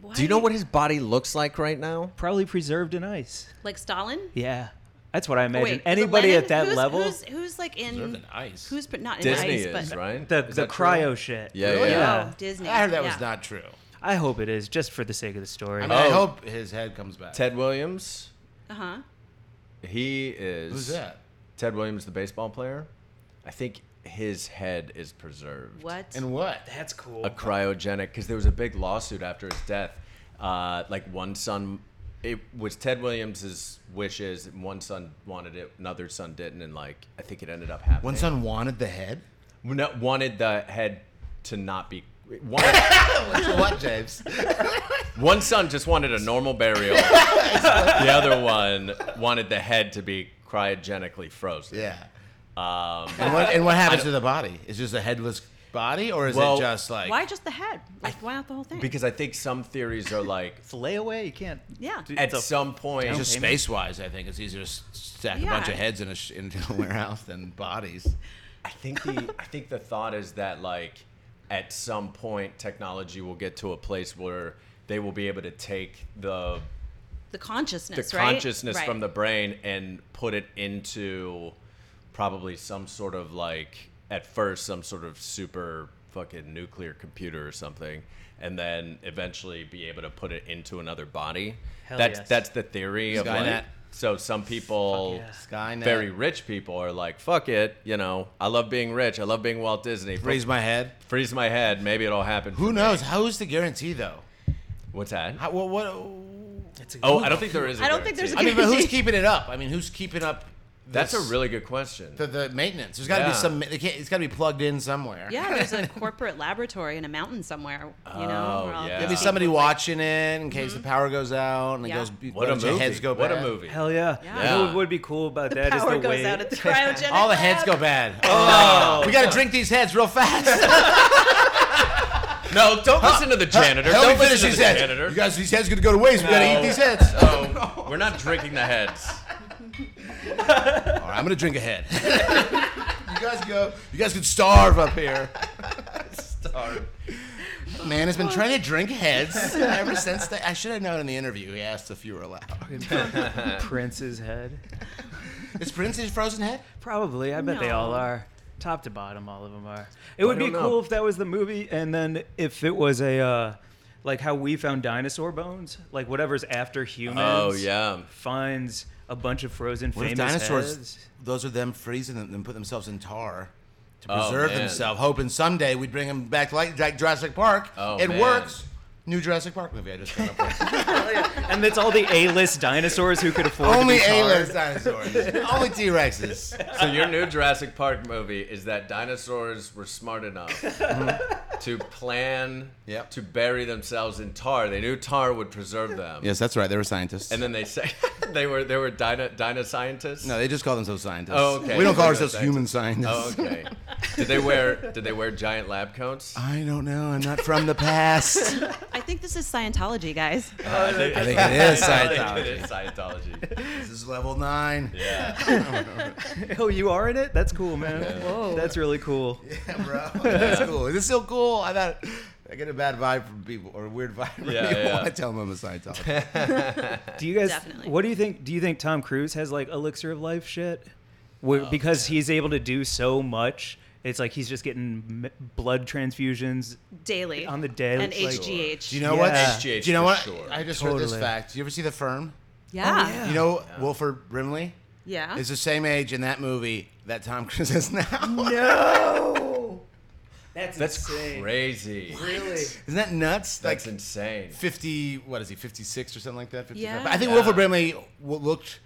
S2: Why
S5: do you know what his body looks like right now?
S1: Probably preserved in ice.
S2: Like Stalin?
S1: Yeah, that's what I
S2: Oh,
S1: imagine.
S2: wait, was it
S1: Anybody
S2: Lenin?
S1: at that
S2: Who's-
S1: level,
S2: Who's, who's like
S4: Preserved
S2: in?
S4: in ice.
S2: Who's but not in
S5: Disney
S2: ice,
S5: is
S2: but
S5: right.
S1: the the
S4: that true?
S1: cryo shit.
S5: Yeah,
S4: Really?
S5: yeah.
S2: Oh, Disney.
S4: I heard that
S2: yeah.
S4: was not true.
S1: I hope it is, just for the sake of the story.
S4: I mean, I
S5: Oh.
S4: hope his head comes back.
S5: Ted Williams.
S2: Uh huh.
S5: He is.
S4: Who's that?
S5: Ted Williams, the baseball player. I think his head is preserved.
S2: What?
S4: And what?
S1: that's cool.
S5: a cryogenic because there was a big lawsuit after his death. Uh, like one son, it was Ted Williams's wishes. And one son wanted it, another son didn't, and like I think it ended up happening.
S4: One son wanted the head.
S5: No, wanted the head to not be. Wanted,
S4: what, James?
S5: one son just wanted a normal burial. the other one wanted the head to be cryogenically frozen.
S4: Yeah. and, what, and what happens
S5: Um, I
S4: to the body? Is just a headless body, or is
S5: Well,
S4: it just like
S2: why just the head? Like, why not the whole thing?
S5: Because I think some theories are like
S1: it's a layaway. You can't.
S2: Yeah.
S1: do-
S5: at
S1: it's a-
S5: some point.
S4: It's just
S1: Okay, maybe.
S4: space wise, I think it's easier to s- stack a
S2: Yeah.
S4: bunch of heads in a, sh- in a warehouse than bodies.
S5: I think the I think the thought is that like at some point technology will get to a place where they will be able to take the
S2: the
S5: the
S2: consciousness, right?
S5: consciousness
S2: Right.
S5: from the brain and put it into probably some sort of like at first some sort of super fucking nuclear computer or something and then eventually be able to put it into another body.
S1: Hell
S5: that's
S1: yes.
S5: that's the theory of
S4: Skynet.
S5: like so some people
S1: Fuck yeah.
S4: Skynet.
S5: very rich people are like, fuck it, you know, I love being rich. I love being Walt Disney. But
S4: Raise my head.
S5: freeze my head. Maybe it'll happen.
S4: Who knows? Who's the guarantee though?
S5: What's that?
S4: How, what, what,
S1: It's a-
S5: Oh, I don't think there is. I
S2: I don't think there's a
S4: I mean, but who's
S2: Guarantee.
S4: keeping it up? I mean, who's keeping up?
S5: That's a
S4: this-
S5: really good question.
S4: the, the maintenance. There's got to
S5: Yeah.
S4: be some. They can't, it's got to be plugged in somewhere.
S2: Yeah, there's a corporate laboratory in a mountain somewhere. You know,
S5: Oh,
S2: where all these
S5: yeah.
S4: Maybe
S2: people-
S4: somebody watching it in case the power goes out
S2: Mm-hmm.
S4: and
S2: Yeah.
S4: it goes.
S5: what a
S4: bunch of
S5: movie!
S4: Heads go
S5: what a
S4: bad.
S5: movie!
S1: Hell yeah.
S2: Yeah.
S1: You know what
S5: Yeah.
S1: would be cool about that is
S2: power
S1: the
S2: goes
S1: way.
S2: out at the cryogenic.
S4: All the heads
S2: lab.
S4: go bad. Oh, we got to drink these heads real fast.
S5: No, don't listen to the janitor.
S4: Help me
S5: Don't
S4: finish
S5: listen to
S4: these
S5: the
S4: heads.
S5: janitor.
S4: You guys, these heads gonna go to waste. We gotta
S5: No. Oh.
S4: eat these heads.
S5: So we're not drinking the heads.
S4: All right, I'm gonna drink a head. you guys go. You guys could starve up here. starve. Man has been trying to drink heads ever since. The, I should have known in the interview. He asked if you were allowed.
S1: Prince's head.
S4: Is Prince his frozen head?
S1: Probably. I bet they all
S2: No.
S1: are. Top to bottom, all of them are. It would be
S5: don't know.
S1: cool if that was the movie, and then if it was a, uh, like how we found dinosaur bones, like whatever's after humans.
S5: Oh yeah.
S1: Finds a bunch of frozen
S4: What
S1: famous
S4: if dinosaurs?
S1: heads.
S4: Those are them freezing them and put themselves in tar to
S5: Oh,
S4: preserve
S5: man.
S4: themselves, hoping someday we'd bring them back like, like Jurassic Park.
S5: Oh,
S4: it
S5: man.
S4: works. New Jurassic Park movie I just came up with.
S1: And it's all the A-list dinosaurs who could afford
S4: Only
S1: to be tarred.
S4: A-list dinosaurs. Only T-Rexes.
S5: So your new Jurassic Park movie is that dinosaurs were smart enough to plan
S4: Mm-hmm. Yep.
S5: to bury themselves in tar. They knew tar would preserve them.
S4: Yes, that's right. They were scientists.
S5: And then they say they were they were dino, dino scientists.
S4: No, they just call themselves scientists.
S5: Oh, okay.
S4: We don't call
S5: Okay,
S4: ourselves
S5: thanks.
S4: human scientists.
S5: Oh, okay. did they wear did they wear giant lab coats?
S4: I don't know. I'm not from the past.
S2: I think this is Scientology, guys.
S5: I think,
S4: I think it is
S5: it
S4: Scientology.
S5: is Scientology.
S4: this is level nine.
S5: Yeah.
S1: Oh, you are in it? That's cool, man.
S2: Whoa.
S1: That's really cool.
S4: Yeah, bro. That's cool. Is this still cool? I thought I get a bad vibe from people or a weird vibe from
S5: Yeah,
S4: people.
S5: yeah.
S4: I tell them I'm a Scientologist.
S1: Do you guys?
S2: Definitely.
S1: What do you think? Do you think Tom Cruise has like elixir of life shit?
S2: Oh,
S1: Where, because he's able to do so much, it's like he's just getting m- blood transfusions.
S2: Daily
S1: On the daily,
S2: and
S1: it's like-
S2: HGH.
S4: Do you know
S1: Yeah.
S4: what? Do
S5: HGH
S4: you know
S5: for
S4: what?
S5: sure.
S4: I just heard this
S1: Totally.
S4: fact. You ever see The Firm?
S2: yeah.
S1: yeah.
S4: You know Wilford Brimley
S2: Yeah.
S4: is the same age in that movie that Tom Cruise is now.
S1: No, that's
S5: That's
S1: insane.
S5: crazy.
S1: Really?
S4: Isn't that nuts?
S5: That's
S4: like
S5: insane.
S4: 50 what is he 56 or something like that 55
S2: Yeah.
S4: But i think
S5: Yeah.
S4: wilford brimley w- looked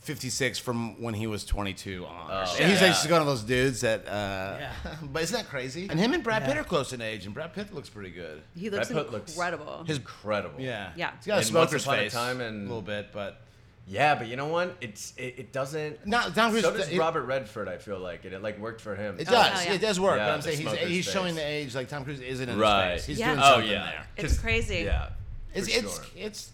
S4: 56 from when he was 22 on. and he's like just one of those dudes that. Uh, but isn't that crazy? And him and Brad Pitt are close in age, and Brad Pitt looks pretty good.
S2: He looks
S5: Brad Pitt looks-
S2: incredible.
S4: His
S5: Incredible.
S4: yeah,
S2: Yeah.
S4: He's got
S5: And
S4: a
S5: Once
S4: smoker's
S5: Upon a
S4: face
S5: Time and-
S4: a little bit, but
S5: Yeah, but you know what? It's it, it doesn't.
S4: No, it's not-
S5: so does
S4: it-
S5: Robert Redford. I feel like and it like worked for him.
S4: it
S2: Oh, hell
S4: does.
S2: yeah.
S4: It does work.
S5: Yeah,
S4: but I'm
S5: the
S4: saying he's,
S5: smoker's
S4: he's
S5: face.
S4: showing the age like Tom Cruise isn't in
S5: Right.
S4: his face. He's
S2: Yeah.
S4: doing
S5: Oh
S4: something
S5: yeah,
S4: there.
S2: It's
S5: 'Cause-
S2: crazy.
S5: Yeah,
S4: It's
S5: for
S4: it's
S5: sure.
S4: it's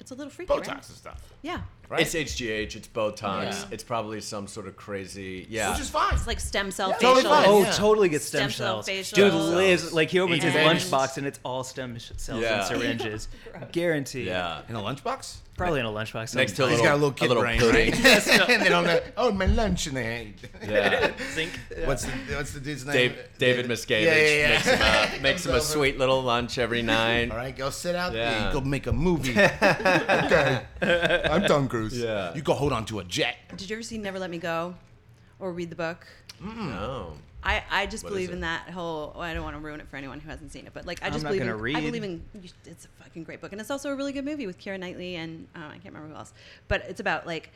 S2: It's a little freaky,
S4: Botox
S2: right?
S4: and stuff,
S2: Yeah.
S4: right?
S5: It's HGH. It's Botox.
S4: Yeah.
S5: It's probably some sort of crazy. Yeah.
S4: which is fine.
S2: It's like stem cell facial.
S4: totally fine.
S1: Oh,
S4: Yeah.
S1: totally gets stem,
S2: Stem cell
S1: cells.
S2: facial.
S1: Dude
S2: Stem
S1: lives
S5: cells.
S1: like he opens his
S2: And-
S1: lunchbox and it's all stem sh- cells
S5: Yeah.
S1: and syringes. Guaranteed.
S5: yeah.
S4: in a lunchbox.
S1: Probably in a lunchbox.
S5: Next to a
S1: somewhere.
S5: little,
S4: got a little kid
S5: little
S4: brain,
S5: pudding.
S4: and then I'm like, oh, my lunch in the hand.
S5: yeah.
S1: zinc.
S4: What's the what's the dude's name?
S5: Dave, David Miscavige
S4: Yeah, yeah,
S5: makes him a,
S4: yeah.
S5: makes
S4: Comes
S5: him a
S4: over.
S5: sweet little lunch every night.
S4: All right, go sit out there.
S5: Yeah.
S4: You go make a movie. okay. I'm Tom Cruise.
S5: Yeah.
S4: You go hold on to a jet.
S2: Did you ever see Never Let Me Go or read the book?
S5: No.
S2: I, I just
S5: What is
S2: believe
S5: it?
S2: in that whole. well, I don't want to ruin it for anyone who hasn't seen it, but like I
S1: I'm
S2: just
S1: not
S2: believe in.
S1: gonna
S2: I
S1: read.
S2: believe in. you sh- It's a fucking great book, and it's also a really good movie with Keira Knightley and uh, I can't remember who else. But it's about like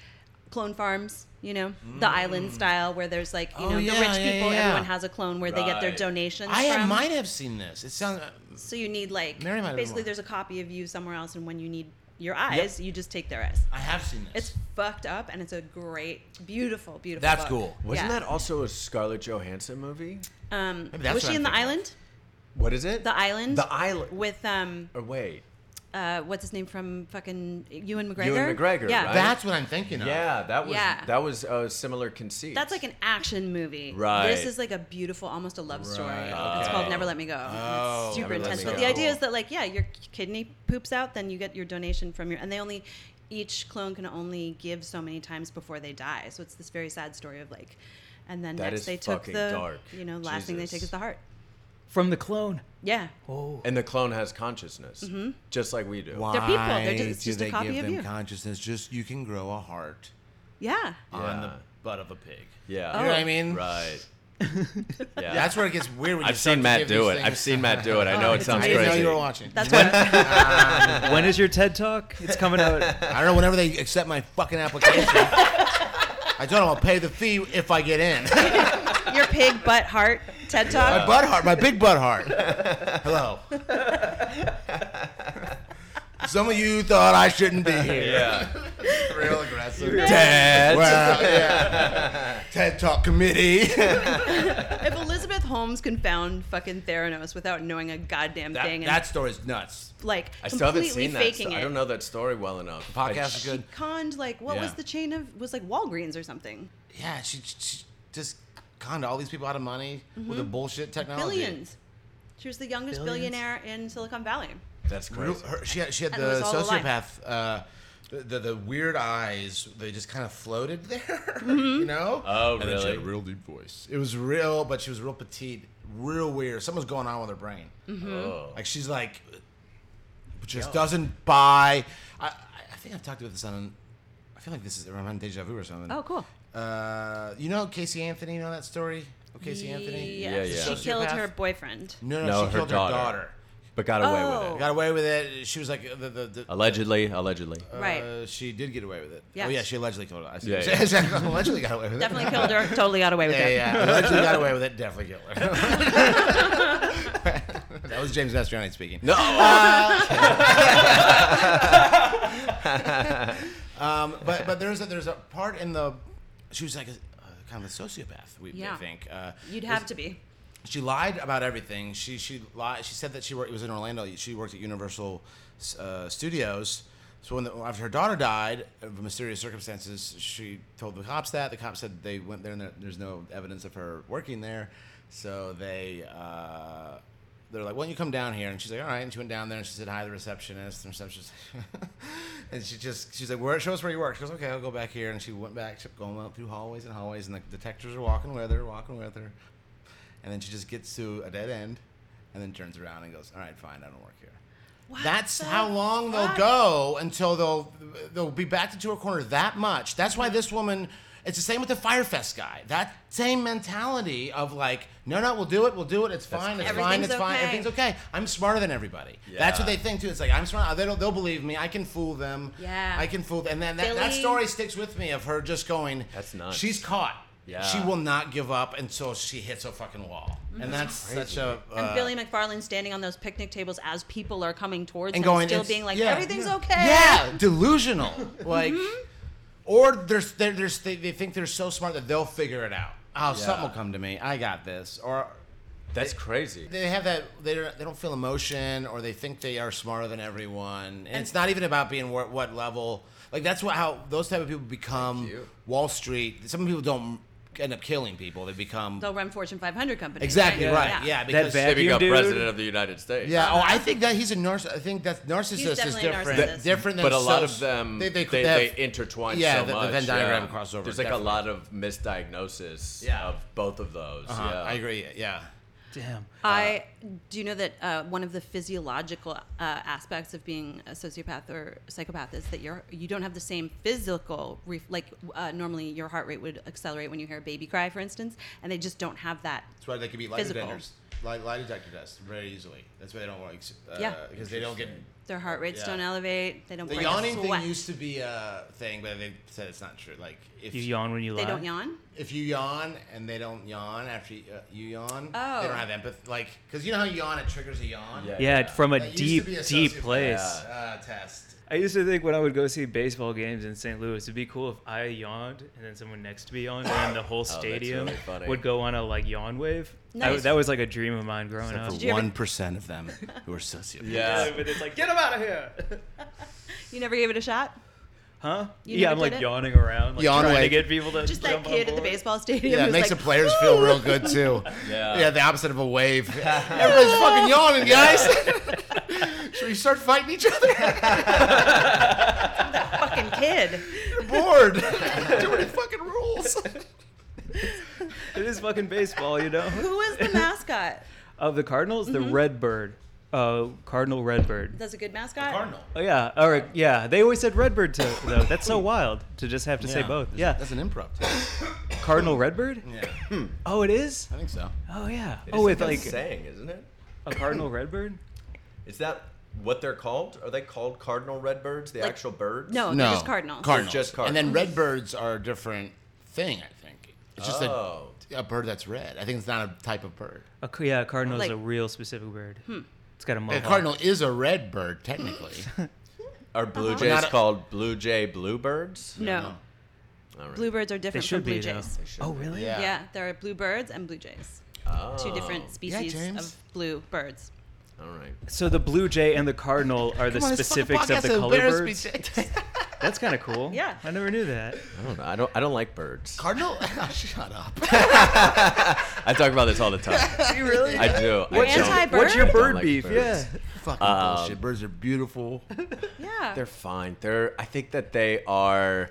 S2: clone farms, you know, the island style where there's like you
S4: Mm. Oh,
S2: know the
S4: yeah,
S2: rich
S4: yeah,
S2: people,
S4: yeah.
S2: everyone has a clone where they get their
S5: Right.
S2: donations.
S4: I
S2: from.
S4: might have seen this. It sounds.
S2: So you need like
S4: Mary might have
S2: basically
S4: more.
S2: there's a copy of you somewhere else, and when you need your eyes, you just take their eyes.
S4: I have seen this.
S2: It's fucked up, and it's a great, beautiful, beautiful.
S4: That's
S2: book.
S4: cool.
S5: Wasn't
S2: Yeah.
S5: that also a Scarlett Johansson movie?
S2: Um,
S4: Maybe that's
S2: was she
S4: what I'm
S2: in the
S4: thinking of.
S2: island?
S5: What is it?
S2: The island.
S5: The Island.
S2: With um,
S5: or wait.
S2: uh, what's his name from fucking Ewan McGregor?
S5: McGregor,
S2: Yeah,
S5: right?
S4: That's what I'm thinking of.
S5: Yeah, that was
S2: Yeah.
S5: that was a similar conceit.
S2: that's like an action movie.
S5: Right.
S2: This is like a beautiful, almost a love story.
S5: Right,
S2: It's
S5: okay.
S2: called Never Let Me Go. and
S4: Oh,
S2: it's super
S5: Never Let
S2: intense.
S5: Me
S2: But
S5: Go.
S2: the idea is that like, yeah, your kidney poops out, then you get your donation from your, and they only. Each clone can only give so many times before they die, so it's this very sad story of like, and then
S5: That
S2: next
S5: is
S2: they took
S5: fucking
S2: the,
S5: dark.
S2: you know, last thing they
S5: Jesus.
S2: take is the heart.
S1: From the clone.
S2: Yeah,
S5: and the clone has consciousness,
S2: Mm-hmm.
S5: just like we do.
S4: Why
S2: They're people. They're just- it's
S4: do
S2: just a
S4: they
S2: copy
S4: give
S2: of
S4: them
S2: you.
S4: consciousness? Just you can grow a heart
S2: yeah.
S4: on the
S5: Yeah.
S4: butt of a pig.
S5: Yeah.
S4: You know what I
S2: Oh.
S4: mean?
S5: Right. yeah.
S4: That's where it gets weird. When you
S5: I've
S4: start
S5: seen
S4: to
S5: Matt
S4: give
S5: do
S4: these
S5: it. I've
S4: things-
S5: seen Matt do it. I know it
S2: Oh, it's
S5: sounds
S4: I didn't know
S5: crazy.
S4: you were watching.
S2: That's what
S1: When is your TED Talk? It's coming out.
S4: I don't know. Whenever they accept my fucking application, I told them I'll pay the fee if I get in.
S2: your pig butt heart TED
S4: my
S2: talk.
S4: butt heart, my big butt heart. Hello. Some of you thought I shouldn't be here.
S5: Yeah.
S4: Real aggressive.
S5: Dad.
S4: Well, yeah. TED Talk committee.
S2: If Elizabeth Holmes can found fucking Theranos without knowing a goddamn thing and
S4: that story's nuts.
S2: like
S5: I still haven't
S2: completely
S5: seen that.
S2: faking
S5: sto-
S2: it,
S5: I don't know that story well enough. I
S4: Podcast
S5: sh-
S4: is good.
S2: conned like what was
S4: Yeah.
S2: the chain of was like Walgreens or something.
S4: Yeah, she, she just conned all these people out of money with
S2: Mm-hmm.
S4: the bullshit technology.
S2: Billions. She was the youngest
S1: Billions?
S2: billionaire in Silicon Valley.
S5: That's
S4: Real-
S5: crazy.
S4: her- she had, she had
S2: And it was
S4: the
S2: all a lie.
S4: sociopath, uh, the, the the weird eyes. They just kind of floated there,
S2: Mm-hmm.
S4: you know.
S5: Oh,
S4: And then she had a
S5: really?
S4: real deep voice. It was real, but she was real petite, real weird. Something's going on with her brain.
S2: Mm-hmm.
S5: Oh.
S4: Like she's like, just doesn't buy. I, I I think I've talked about this on. I feel like this is around deja vu or something.
S2: Oh, cool.
S4: Uh, you know Casey Anthony. You know that story of Casey Anthony?
S2: Yes.
S5: Yeah, yeah.
S2: She killed
S4: Sociopath?
S2: her boyfriend.
S4: No, no,
S5: No,
S4: she
S5: her
S4: killed
S5: daughter.
S4: her daughter.
S5: But got away with
S2: Oh.
S5: it.
S4: Got away with it. She was like the the. the
S5: Allegedly, allegedly.
S2: right.
S4: Uh, she did get away with it.
S2: Yes.
S4: Oh yeah, she allegedly killed her. I see.
S5: Yeah, yeah.
S4: She allegedly got away with it.
S2: Definitely killed her. Totally got away with
S4: Yeah,
S2: it.
S4: yeah, yeah. allegedly got away with it. Definitely killed her. that was James Mastriani speaking. Uh,
S5: No.
S4: Um, but but there's a, there's a part in the she was like a, uh, kind of a sociopath. We
S2: Yeah.
S4: I think. Uh,
S2: You'd
S4: there's-
S2: have to be.
S4: She lied about everything. She she lied. She said that she worked. It was in Orlando. She worked at Universal uh, Studios. So when the, after her daughter died of mysterious circumstances, she told the cops that. The cops said they went there and there, there's no evidence of her working there. So they uh, they're like, "Why don't you come down here?" And she's like, "All right." And she went down there and she said hi to the receptionist. And the receptionist, and she just she's like, "Where? Show us where you work." She goes, "Okay, I'll go back here." And she went back, kept going out through hallways and hallways, and the detectives are walking with her, walking with her. And then she just gets to a dead end and then turns around and goes, All right, fine, I don't work here.
S2: What
S4: That's
S2: the
S4: how long they'll
S2: fuck?
S4: go until they'll they'll be backed into a corner that much. That's why this woman It's the same with the Firefest guy. That same mentality of like, no, no, we'll do it, we'll do it. It's fine, it's fine,
S2: Everything's
S4: it's fine,
S2: okay.
S4: everything's okay. I'm smarter than everybody. That's what
S5: Yeah.
S4: they think too. It's like I'm smart. They don't. They'll believe me. I can fool them.
S2: Yeah.
S4: I can fool. them. And then that, that
S2: Billy-
S4: story sticks with me of her just going.
S5: That's nuts.
S4: She's caught.
S5: Yeah.
S4: She will not give up until she hits a fucking wall. And that's, such a.
S2: and
S4: uh,
S2: Billy McFarlane standing on those picnic tables as people are coming towards
S4: and
S2: him,
S4: going
S2: still
S4: it's-
S2: being like,
S4: yeah,
S2: "Everything's
S4: yeah.
S2: okay." Mm-hmm.
S4: Yeah, delusional. like, or there's they're, there's they, they think they're so smart that they'll figure it out. Oh, something will come to me. I got this. Or
S5: That's crazy.
S4: they have that they don't, they don't feel emotion, or they think they are smarter than everyone. And, it's not even about being what, what level. Like that's what how those type of people become
S5: you.
S4: Wall Street. Some people don't end up killing people. They become
S2: They'll run Fortune 500 companies.
S4: exactly right. Yeah, because
S1: bad-
S5: Maybe
S1: You
S5: got
S1: dude.
S5: president of the United States.
S4: Yeah. Oh, I think that he's a narciss. I think that narcissist is
S2: Uh-huh. definitely a
S4: different.
S2: narcissist.
S4: Different than
S5: But a lot
S4: subs-
S5: of them, they, they,
S4: have-
S5: intertwine so
S4: Yeah, the- the
S5: much.
S4: Venn diagram
S5: yeah.
S4: crossover,
S5: There's like
S4: definitely.
S5: a lot of misdiagnosis
S4: Yeah.
S5: of both of those.
S4: Uh-huh,
S5: yeah.
S4: I agree. Yeah.
S1: Damn.
S2: I do you know that uh, one of the physiological uh, aspects of being a sociopath or psychopath is that you're you don't have the same physical ref- like uh, normally your heart rate would accelerate when you hear a baby cry, for instance, and they just don't have that.
S4: That's why they could be lie
S2: Physical.
S4: detectors, lie, lie detector tests very easily. That's why they don't like. Uh,
S2: Yeah.
S4: Because they don't get.
S2: Their heart rates
S4: Yeah.
S2: don't elevate. They don't.
S4: The
S2: break a
S4: yawning
S2: sweat.
S4: thing used to be a thing, but they said it's not true. Like if
S1: You yawn when you lie.
S2: They don't yawn.
S4: if you yawn and they don't yawn after you, uh, you yawn,
S2: Oh.
S4: they don't have empathy. Like because you know how you yawn it triggers a yawn.
S5: Yeah.
S1: Yeah, from a
S4: That used to
S1: deep,
S4: be a
S1: deep
S4: sociopath,
S1: place.
S4: Uh, test.
S1: I used to think when I would go see baseball games in St. Louis, it'd be cool if I yawned and then someone next to me yawned, and then the whole
S5: that's
S1: stadium
S5: really funny.
S1: would go on a like yawn wave. I-
S2: Nice.
S1: that was like a dream of mine growing up.
S2: you ever-
S4: One percent of them who are sociopaths.
S5: Yeah.
S1: But it's like, get him out of here,
S2: You never gave it a shot.
S1: huh?
S2: You
S1: yeah,
S2: never
S1: I'm like
S2: did it?
S1: yawning around, like
S4: Yawn
S1: trying to
S4: wave.
S1: get people to
S2: Just that
S1: jump on
S2: kid at the
S1: board.
S2: baseball stadium.
S4: Yeah, it
S2: who's
S4: makes
S2: like,
S4: the players feel real good too.
S1: Uh.
S5: Yeah.
S4: Yeah, the opposite of a wave. Everybody's fucking yawning, guys. Should we start fighting each other?
S2: fucking kid.
S4: They're bored. Too many fucking rules.
S1: It is fucking baseball, you know.
S2: Who is the mascot?
S1: Of the Cardinals, the Redbird, uh, Cardinal Redbird.
S2: That's a good mascot.
S1: Oh yeah, or yeah, they always said Redbird to, though. That's so wild to just have to say both. Yeah,
S4: That's an improv.
S1: Cardinal Redbird.
S4: Yeah,
S1: Oh, it is.
S4: I think so.
S1: Oh yeah.
S5: It
S1: Oh,
S5: is
S1: with
S5: a
S1: like
S5: saying, isn't it?
S1: a Cardinal Redbird.
S5: Is that what they're called? Are they called cardinal redbirds? The
S2: Like-
S5: actual birds?
S2: No, Oh, they're just cardinals.
S4: Cardinals.
S5: Just
S4: And
S5: cardinals.
S4: then redbirds are a different thing, I think. It's just
S5: Oh.
S4: a, a bird that's red. I think it's not a type of bird.
S1: A, c- yeah, a cardinal is
S2: Like-
S1: a real specific bird. It's got a
S4: A
S1: mohawk.
S4: cardinal is a red bird, technically.
S5: Are blue
S4: Uh-huh. Not
S5: jays
S4: a- Hmm.
S5: called blue jay bluebirds?
S2: No.
S5: All right.
S2: Bluebirds are
S1: They
S2: different from
S1: should
S2: blue
S1: be though.
S2: jays.
S1: Oh really?
S4: Yeah.
S2: Yeah. there are bluebirds and blue jays.
S5: Oh.
S2: Two different species
S4: James.
S2: of blue birds.
S5: All right.
S1: So the blue jay and the cardinal are the
S4: Come on, this fucking
S1: specifics of
S4: podcast
S1: the
S4: will
S1: color
S4: embarrass me,
S1: birds.
S4: Jake.
S1: That's kind of cool.
S2: Yeah.
S1: I never knew that.
S5: I don't know. I don't. I don't like birds.
S4: Cardinal? Shut up.
S5: I talk about this all the time.
S1: You really?
S5: I do. I
S2: You're
S5: don't-
S2: anti-bird?
S1: What's your
S5: I don't
S1: bird
S5: like
S1: beef?
S5: birds.
S1: Yeah.
S4: Fucking
S1: Um,
S4: bullshit. Birds are beautiful.
S2: Yeah.
S5: They're fine. They're. I think that they are.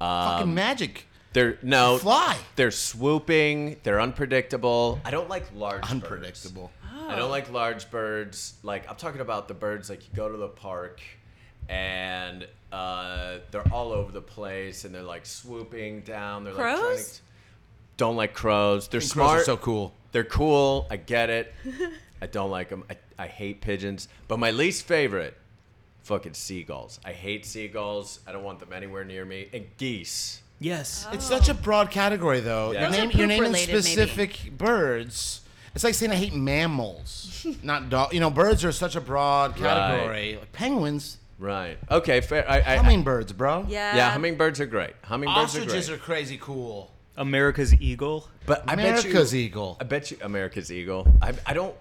S4: Fucking magic.
S5: They're no.
S4: Fly.
S5: They're swooping. They're unpredictable. I don't like large. birds.
S4: Unpredictable.
S5: I don't like large birds. Like I'm talking about the birds like you go to the park and uh, they're all over the place and they're like swooping down. They're like trying
S2: Crows?
S5: to, don't like crows. They're
S4: Crows
S5: smart.
S4: are so cool.
S5: They're cool. I get it. I don't like them. I, I hate pigeons. But my least favorite, fucking seagulls. I hate seagulls. I don't want them anywhere near me. And geese.
S1: Yes.
S4: It's such a broad category, though.
S5: Yeah.
S4: You're,
S5: Those
S2: are
S4: name, you're
S2: poop
S4: naming
S2: related, maybe.
S4: specific birds. It's like saying I hate mammals, not dog. You know, birds are such a broad category. Like penguins,
S5: Right. Okay. Fair. I, I,
S4: hummingbirds, bro.
S2: yeah.
S5: I- yeah. Hummingbirds are great. Hummingbirds are
S4: Ostriches
S5: great.
S4: are crazy cool.
S1: America's eagle.
S5: but I bet you-
S4: America's eagle.
S5: I bet you America's Eagle. I, I don't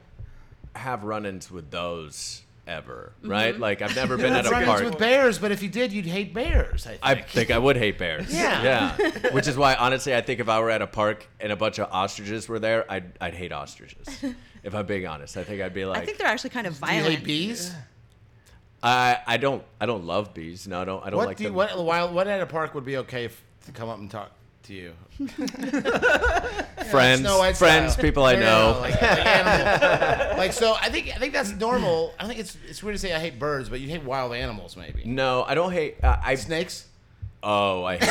S5: have run-ins with those ever,
S4: Mm-hmm.
S5: right? Like I've never been at a
S4: Friends
S5: park.
S4: with bears, but if you did, you'd hate bears. I think.
S5: I think I would hate bears.
S4: Yeah.
S5: yeah. Which is why, honestly, I think if I were at a park and a bunch of ostriches were there, I'd I'd hate ostriches. if I'm being honest, I think I'd be like,
S2: I think they're actually kind of
S4: do you
S2: violent.
S4: hate bees?
S5: I I don't I don't love bees. No, I don't I don't
S4: What
S5: like
S4: do you,
S5: them.
S4: what, why, what at a park would be okay if, to come up and talk to you?
S5: friends,
S4: Snow White
S5: friends,
S4: style.
S5: people I
S4: No, no, no,
S5: know.
S4: like, like animals. Like, so, I think I think that's normal. I think it's it's weird to say I hate birds, but you hate wild animals, maybe.
S5: no, I don't hate. Uh, I
S4: Snakes.
S5: oh I. hate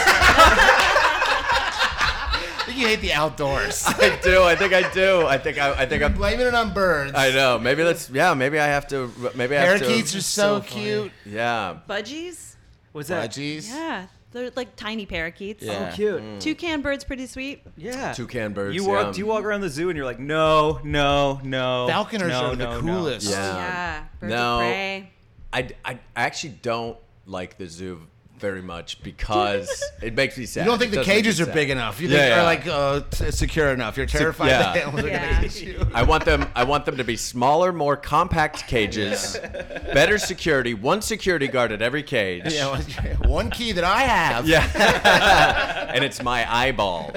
S4: think you hate the outdoors.
S5: I do. I think I do. I think I, I think I'm.
S4: Blaming it on birds.
S5: I know. Maybe that's. Yeah. Maybe I have to. Maybe I have to.
S4: Parakeets are so, cute.
S5: Yeah.
S2: Oh, Budgies?
S1: What's that?
S4: Budgies.
S2: Yeah. They're like tiny parakeets. Mm.
S4: Yeah.
S1: Oh, cute.
S2: Toucan bird's pretty sweet.
S1: Yeah.
S5: Mm. Toucan birds,
S1: You walk.
S5: yeah.
S1: Do you walk around the zoo and you're like, no, no, no.
S4: Falconers
S1: no,
S4: are the
S1: no, no."
S4: coolest.
S5: Yeah.
S2: yeah. Birds
S5: Um, no.
S2: of prey.
S5: I, I actually don't like the zoo very much because it makes me sad.
S4: You don't think
S5: It
S4: the
S5: does make me
S4: cages are
S5: sad.
S4: big enough? You
S5: Yeah,
S4: think
S5: yeah.
S4: are like uh, t- secure enough? You're terrified
S5: yeah.
S4: that animals are
S2: Yeah.
S4: gonna eat you.
S5: I want them. I want them to be smaller, more compact cages, better security. One security guard at every cage.
S4: Yeah, one- one key that I have.
S5: Yeah. and it's my eyeball.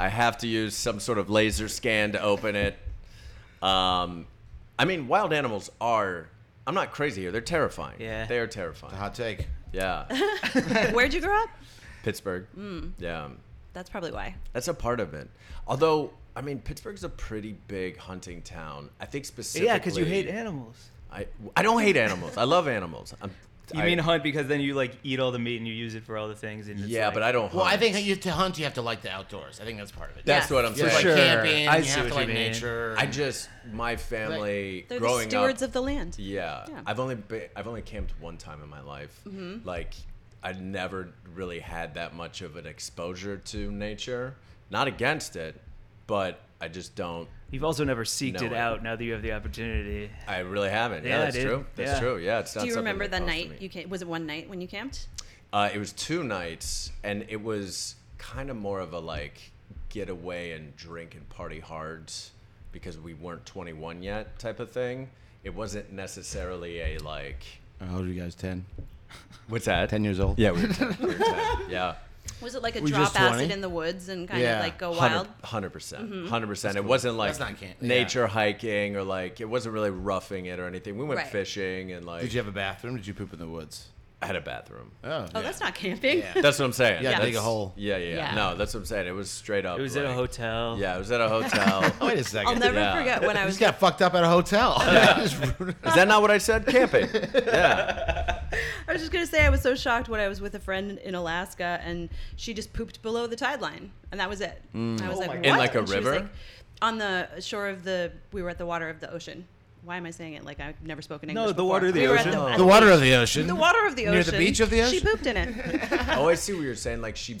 S5: I have to use some sort of laser scan to open it. Um, I mean, wild animals are. I'm not crazy here. They're terrifying.
S1: Yeah.
S5: They are terrifying.
S4: Hot take.
S5: Yeah.
S2: Where'd you grow up?
S5: Pittsburgh.
S4: Mm.
S5: Yeah.
S2: That's probably why.
S5: That's a part of it. Although, I mean, Pittsburgh's a pretty big hunting town. I think specifically.
S1: Yeah, because you hate animals.
S5: I, I don't hate animals. I love animals. I'm,
S1: You
S5: I-
S1: mean hunt because then you like eat all the meat and you use it for all the things. And it's
S5: Yeah,
S1: like-
S5: but I don't. Hunt.
S4: Well, I think you, to hunt, you have to like the outdoors. I think that's part of it.
S5: that's
S2: Yeah.
S5: what I'm
S4: You have
S5: saying.
S4: to like
S1: Sure.
S4: camping.
S1: I
S4: you
S1: see what
S4: have to
S1: you
S4: like
S1: mean.
S4: nature.
S5: I just my family
S2: They're
S5: growing
S2: the stewards
S5: up.
S2: of the land.
S5: yeah,
S2: Yeah. Mm-hmm.
S5: I've only been, I've only camped one time in my life. Like I never really had that much of an exposure to nature. Not against it, but I just don't.
S1: You've also never seeked
S5: No,
S1: it
S5: I-
S1: out. Now that you have the opportunity.
S5: I really haven't. Yeah,
S1: Yeah,
S5: that's
S1: dude.
S5: true. That's
S1: Yeah.
S5: true. Yeah, it's not.
S2: Do you
S5: something
S2: remember
S5: that
S2: the
S5: comes to
S2: night
S5: me.
S2: you came? Was it one night when you camped?
S5: Uh, it was two nights, and it was kind of more of a like get away and drink and party hard because we weren't 21 yet type of thing. It wasn't necessarily a like
S4: How old are you guys? Ten.
S5: what's that?
S4: Ten years old.
S5: Yeah, we were 10, we were 10. yeah.
S2: Was it like a
S4: Were you
S2: drop
S4: just
S2: acid
S4: 20?
S2: in the woods and kind
S4: Yeah.
S2: of like go wild?
S5: 100 percent, hundred percent. It wasn't like
S4: That's not camp- yeah.
S5: nature hiking or like it wasn't really roughing it or anything. We went
S2: Right.
S5: fishing and like
S4: Did you have a bathroom? Did you poop in the woods?
S5: I had a bathroom.
S4: Oh.
S2: Oh, that's not camping.
S4: Yeah.
S5: That's what I'm saying.
S4: Yeah, dig
S5: That's-
S4: a hole.
S5: Yeah, yeah, yeah.
S2: Yeah.
S5: No, that's what I'm saying. It was straight up.
S1: It was
S5: like,
S1: at a hotel.
S5: Yeah, it was at a hotel.
S4: Oh, Wait a 2nd
S2: I'll never
S5: Yeah.
S2: forget when I
S4: I
S2: was
S4: just got fucked up at a hotel. Just ruined-
S5: Is that not what I said? Camping. Yeah.
S2: I was just gonna say I was so shocked when I was with a friend in Alaska and she just pooped below the tide line and that was it.
S4: Mm.
S2: I was like, what?
S5: Oh In like a
S2: And she was
S5: river?
S2: like- on the shore of the. We were at the water of the ocean. Why am I saying it like I've never spoken English?
S1: the
S2: before.
S1: water of the
S2: We were at
S1: ocean?
S2: at
S4: the water of the ocean.
S2: The water of the
S4: Near the
S2: ocean.
S4: beach of the
S2: She
S4: ocean?
S2: pooped in it.
S5: Oh, I see what you're saying. Like she.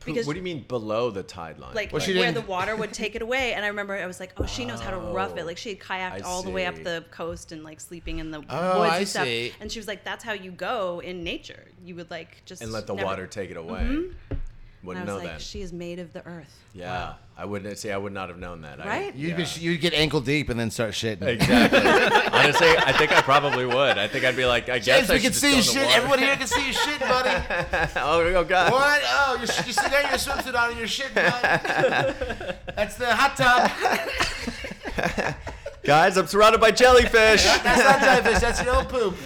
S5: poo-
S2: Because-
S5: what do you mean below the tide line?
S2: Like
S4: Well, she
S2: where the
S4: didn't-
S2: water would take it away, and I remember I was like, "Oh, she knows how to rough
S5: Oh,
S2: it." Like she had kayaked
S5: I
S2: all the way up
S5: see.
S2: the coast and like sleeping in the
S4: Oh,
S2: woods
S4: I
S2: and stuff.
S4: see.
S2: And she was like, "That's how you go in nature. You would like just
S5: and let the
S2: never-
S5: water take it away.
S2: And I
S5: Wouldn't
S2: was
S5: know
S2: like,
S5: that.
S2: "She is made of the earth."
S5: yeah, I wouldn't see. I would not have known that. I-
S2: Right?
S4: You'd,
S5: Yeah.
S4: be, you'd get ankle deep and then start shitting.
S5: Exactly. Honestly, I think I probably would. I think I'd be like, I guess
S4: James,
S5: I
S4: we
S5: should
S4: can
S5: just
S4: see
S5: go
S4: your
S5: in the
S4: shit.
S5: water.
S4: Everyone here can see your shit, buddy.
S5: oh, oh God.
S4: What? Oh, you're, you sit there in your swimsuit on and you're shitting, bud. That's the hot tub.
S5: Guys, I'm surrounded by jellyfish.
S4: That's not jellyfish. That's your own poop.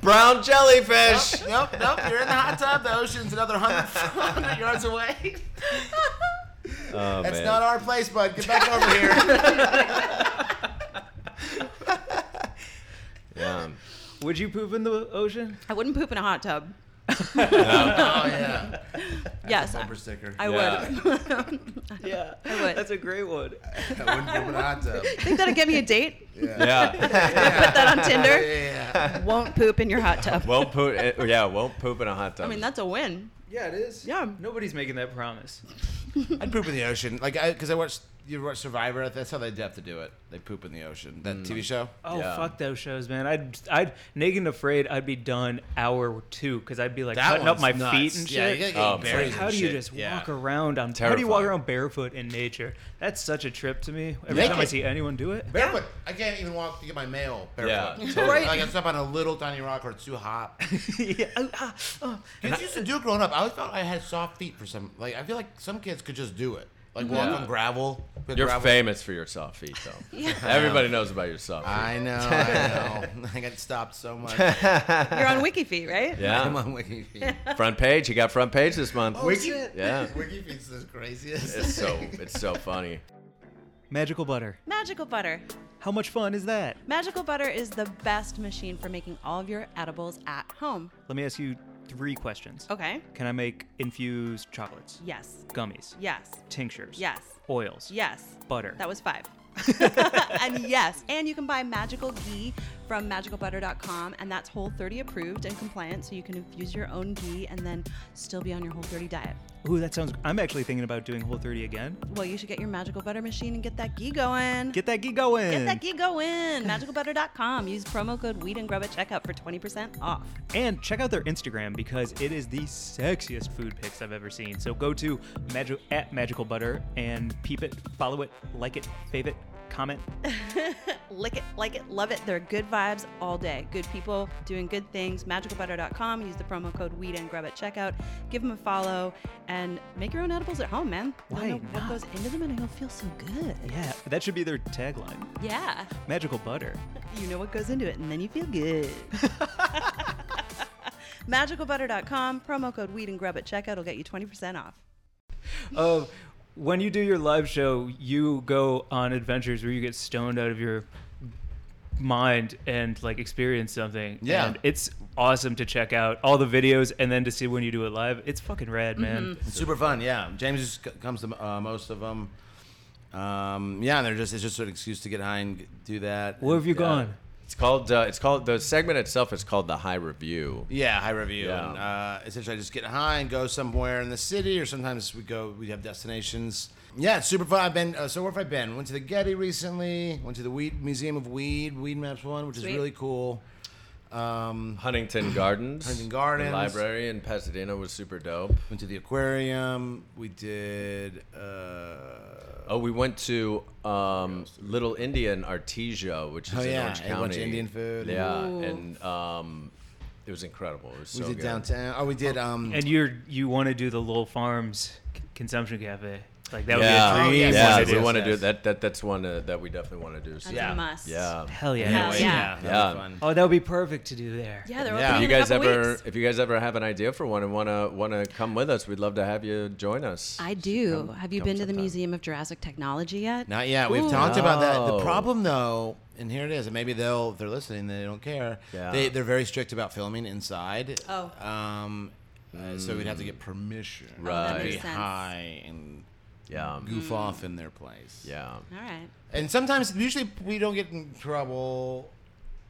S5: Brown jellyfish.
S4: Nope, nope. You're in the hot tub. The ocean's another 100, 100 yards away.
S5: Oh,
S4: That's not our place, bud. Get back over here.
S5: yeah.
S1: Would you poop in the ocean?
S2: I wouldn't poop in a hot tub.
S4: Oh, yeah.
S2: yes, I,
S4: sticker.
S2: I
S5: Yeah.
S2: would.
S1: Yeah,
S2: would.
S1: that's a great one.
S4: I wouldn't poop in a hot tub.
S2: Think that'll get me a date?
S5: Yeah.
S2: Put that on Tinder.
S4: Yeah.
S2: Won't poop in your hot tub.
S5: won't poop. eh, Yeah, won't poop in a hot tub.
S2: I mean, that's a win.
S1: Yeah, it is.
S2: Yeah.
S1: nobody's making that promise.
S4: I'd poop in the ocean. Like, I, because I watched, you watch Survivor. That's how they have to do it. They poop in the ocean. That TV show?
S1: Oh
S5: Yeah.
S1: fuck those shows, man! I'd I'd naked and afraid. I'd be done hour two because I'd be like
S4: That
S1: cutting up
S4: one's
S1: my
S4: nuts.
S1: feet and
S4: Yeah,
S1: shit.
S4: you gotta get
S5: Oh,
S4: berries
S5: sorry.
S4: and
S1: how do you
S4: shit.
S1: just
S4: Yeah.
S1: walk around on? How do you walk
S5: Terrifying.
S1: around barefoot in nature? That's such a trip to me. Every time I
S4: Naked.
S1: see anyone do it,
S4: Barefoot. I can't even walk to get my mail barefoot.
S5: Yeah,
S4: right. Like I step on a little tiny rock or it's too hot.
S1: yeah, oh, ah, oh.
S4: Kids used to do it growing up. I always felt I had soft feet for some. Like I feel like some kids could just do it. Like walk
S5: Yeah.
S4: on gravel. with
S5: You're
S4: gravel.
S5: famous for your soft feet, though. Everybody knows about your soft feet.
S4: I know. I know. I got stopped so much.
S2: You're on WikiFeet, right?
S4: I'm
S5: yeah.
S4: on Wiki Feet.
S5: Front page. You got front page this
S1: Oh,
S5: month.
S4: Wiki.
S5: Yeah.
S4: Wiki Feet's the craziest.
S5: It's so it's so funny.
S1: magical butter.
S2: Magical butter.
S1: How much fun is that?
S2: Magical butter is the best machine for making all of your edibles at home.
S1: Let me ask you
S6: three questions.
S2: Okay.
S6: Can I make infused chocolates?
S2: Yes.
S6: Gummies?
S2: Yes.
S6: Tinctures?
S2: Yes.
S6: Oils?
S2: Yes.
S6: Butter?
S2: That was five. and yes, and you can buy magical ghee from magicalbutter.com, and that's Whole 30 approved and compliant, so you can infuse your own ghee and then still be on your Whole 30 diet.
S6: Ooh, that sounds. I'm actually thinking about doing Whole 30 again.
S2: Well, you should get your magical butter machine and get that ghee going.
S6: Get that geek going.
S2: Get that ghee going. Magicalbutter.com. Use promo code Weed and Grub at checkout for 20% off.
S6: And check out their Instagram because it is the sexiest food pics I've ever seen. So go to magic at magical butter and peep it, follow it, like it, fave it, comment.
S2: Lick it, like it, love it. They're good vibes all day. Good people doing good things. Magicalbutter.com. Use the promo code Weed and Grub at checkout. Give them a follow and make your own edibles at home, man. You
S6: Why
S2: don't know
S6: not?
S2: what goes into them and it'll feel so good.
S6: Yeah, that should be their tagline.
S2: Yeah.
S6: Magical butter.
S2: You know what goes into it and then you feel good. Magicalbutter.com. Promo code Weed and Grub at checkout will get you 20% off.
S1: of when you do your live show, you go on adventures where you get stoned out of your mind and like experience something.
S4: Yeah.
S1: and it's awesome to check out all the videos and then to see when you do it live. It's fucking rad, man.
S2: Mm-hmm.
S4: It's super fun. Yeah, James just c- comes to uh, most of them. Um, yeah, and they're just it's just an excuse to get high and g- do that. uh,
S1: Where have you
S4: Yeah.
S1: gone?
S5: It's called. Uh, it's called. The segment itself is called the High Review.
S4: Yeah, high review.
S5: Yeah.
S4: And, uh, essentially, I just get high and go somewhere in the city, or sometimes we go. We have destinations. Yeah, it's super fun. I've been. Uh, so where have I been? Went to the Getty recently. Went to the Weed Museum of Weed, Weed Maps One, which
S2: Sweet.
S4: is really cool. Um,
S5: Huntington Gardens.
S4: Huntington Gardens.
S5: The library in Pasadena was super dope.
S4: went to the aquarium. We did. Uh,
S5: Oh, we went to um, Little India in Artesia, which is
S4: Oh,
S5: in
S4: yeah,
S5: Orange
S4: ate a
S5: County.
S4: bunch of Indian food.
S5: Yeah,
S2: Ooh.
S5: and um, it was incredible. It was
S4: we
S5: so
S4: did
S5: good.
S4: downtown. Oh, we did. Um,
S1: And you're you want to do the Lowell Farms c- consumption cafe? Like that
S5: yeah,
S1: would be a dream.
S4: yes,
S5: yeah,
S1: one to
S4: yes,
S5: we
S1: do.
S5: want to do
S4: yes.
S5: that. That that's one uh, that we definitely want to do. So.
S2: That's
S4: Yeah.
S2: a must.
S5: Oh, Yeah.
S1: Hell yeah.
S2: Hell
S4: anyway,
S2: yeah.
S4: that'd be
S5: Yeah.
S4: fun.
S1: Oh, that would be perfect to do there.
S2: Yeah, they're
S4: Yeah.
S2: opening
S5: If you
S2: in a
S5: guys
S2: couple
S5: ever,
S2: weeks.
S5: if you guys ever have an idea for one and wanna wanna come with us, we'd love to have you join us.
S2: I do.
S5: Come-
S2: Have you
S5: come
S2: been to the
S5: sometime.
S2: Museum of Jurassic Technology yet?
S4: Not yet. We've
S2: Ooh.
S4: talked about that.
S5: No.
S4: The problem, though, and here it is, and maybe they'll if they're listening, they don't care.
S5: Yeah.
S4: They they're very strict about filming inside.
S2: Oh.
S4: Um, uh, so we'd have to get permission.
S5: Right.
S4: To
S5: makes
S4: be
S2: sense.
S4: high and
S5: Yeah,
S4: goof
S2: Mm.
S4: off in their place.
S5: yeah.
S2: All right.
S4: And sometimes, usually, we don't get in trouble.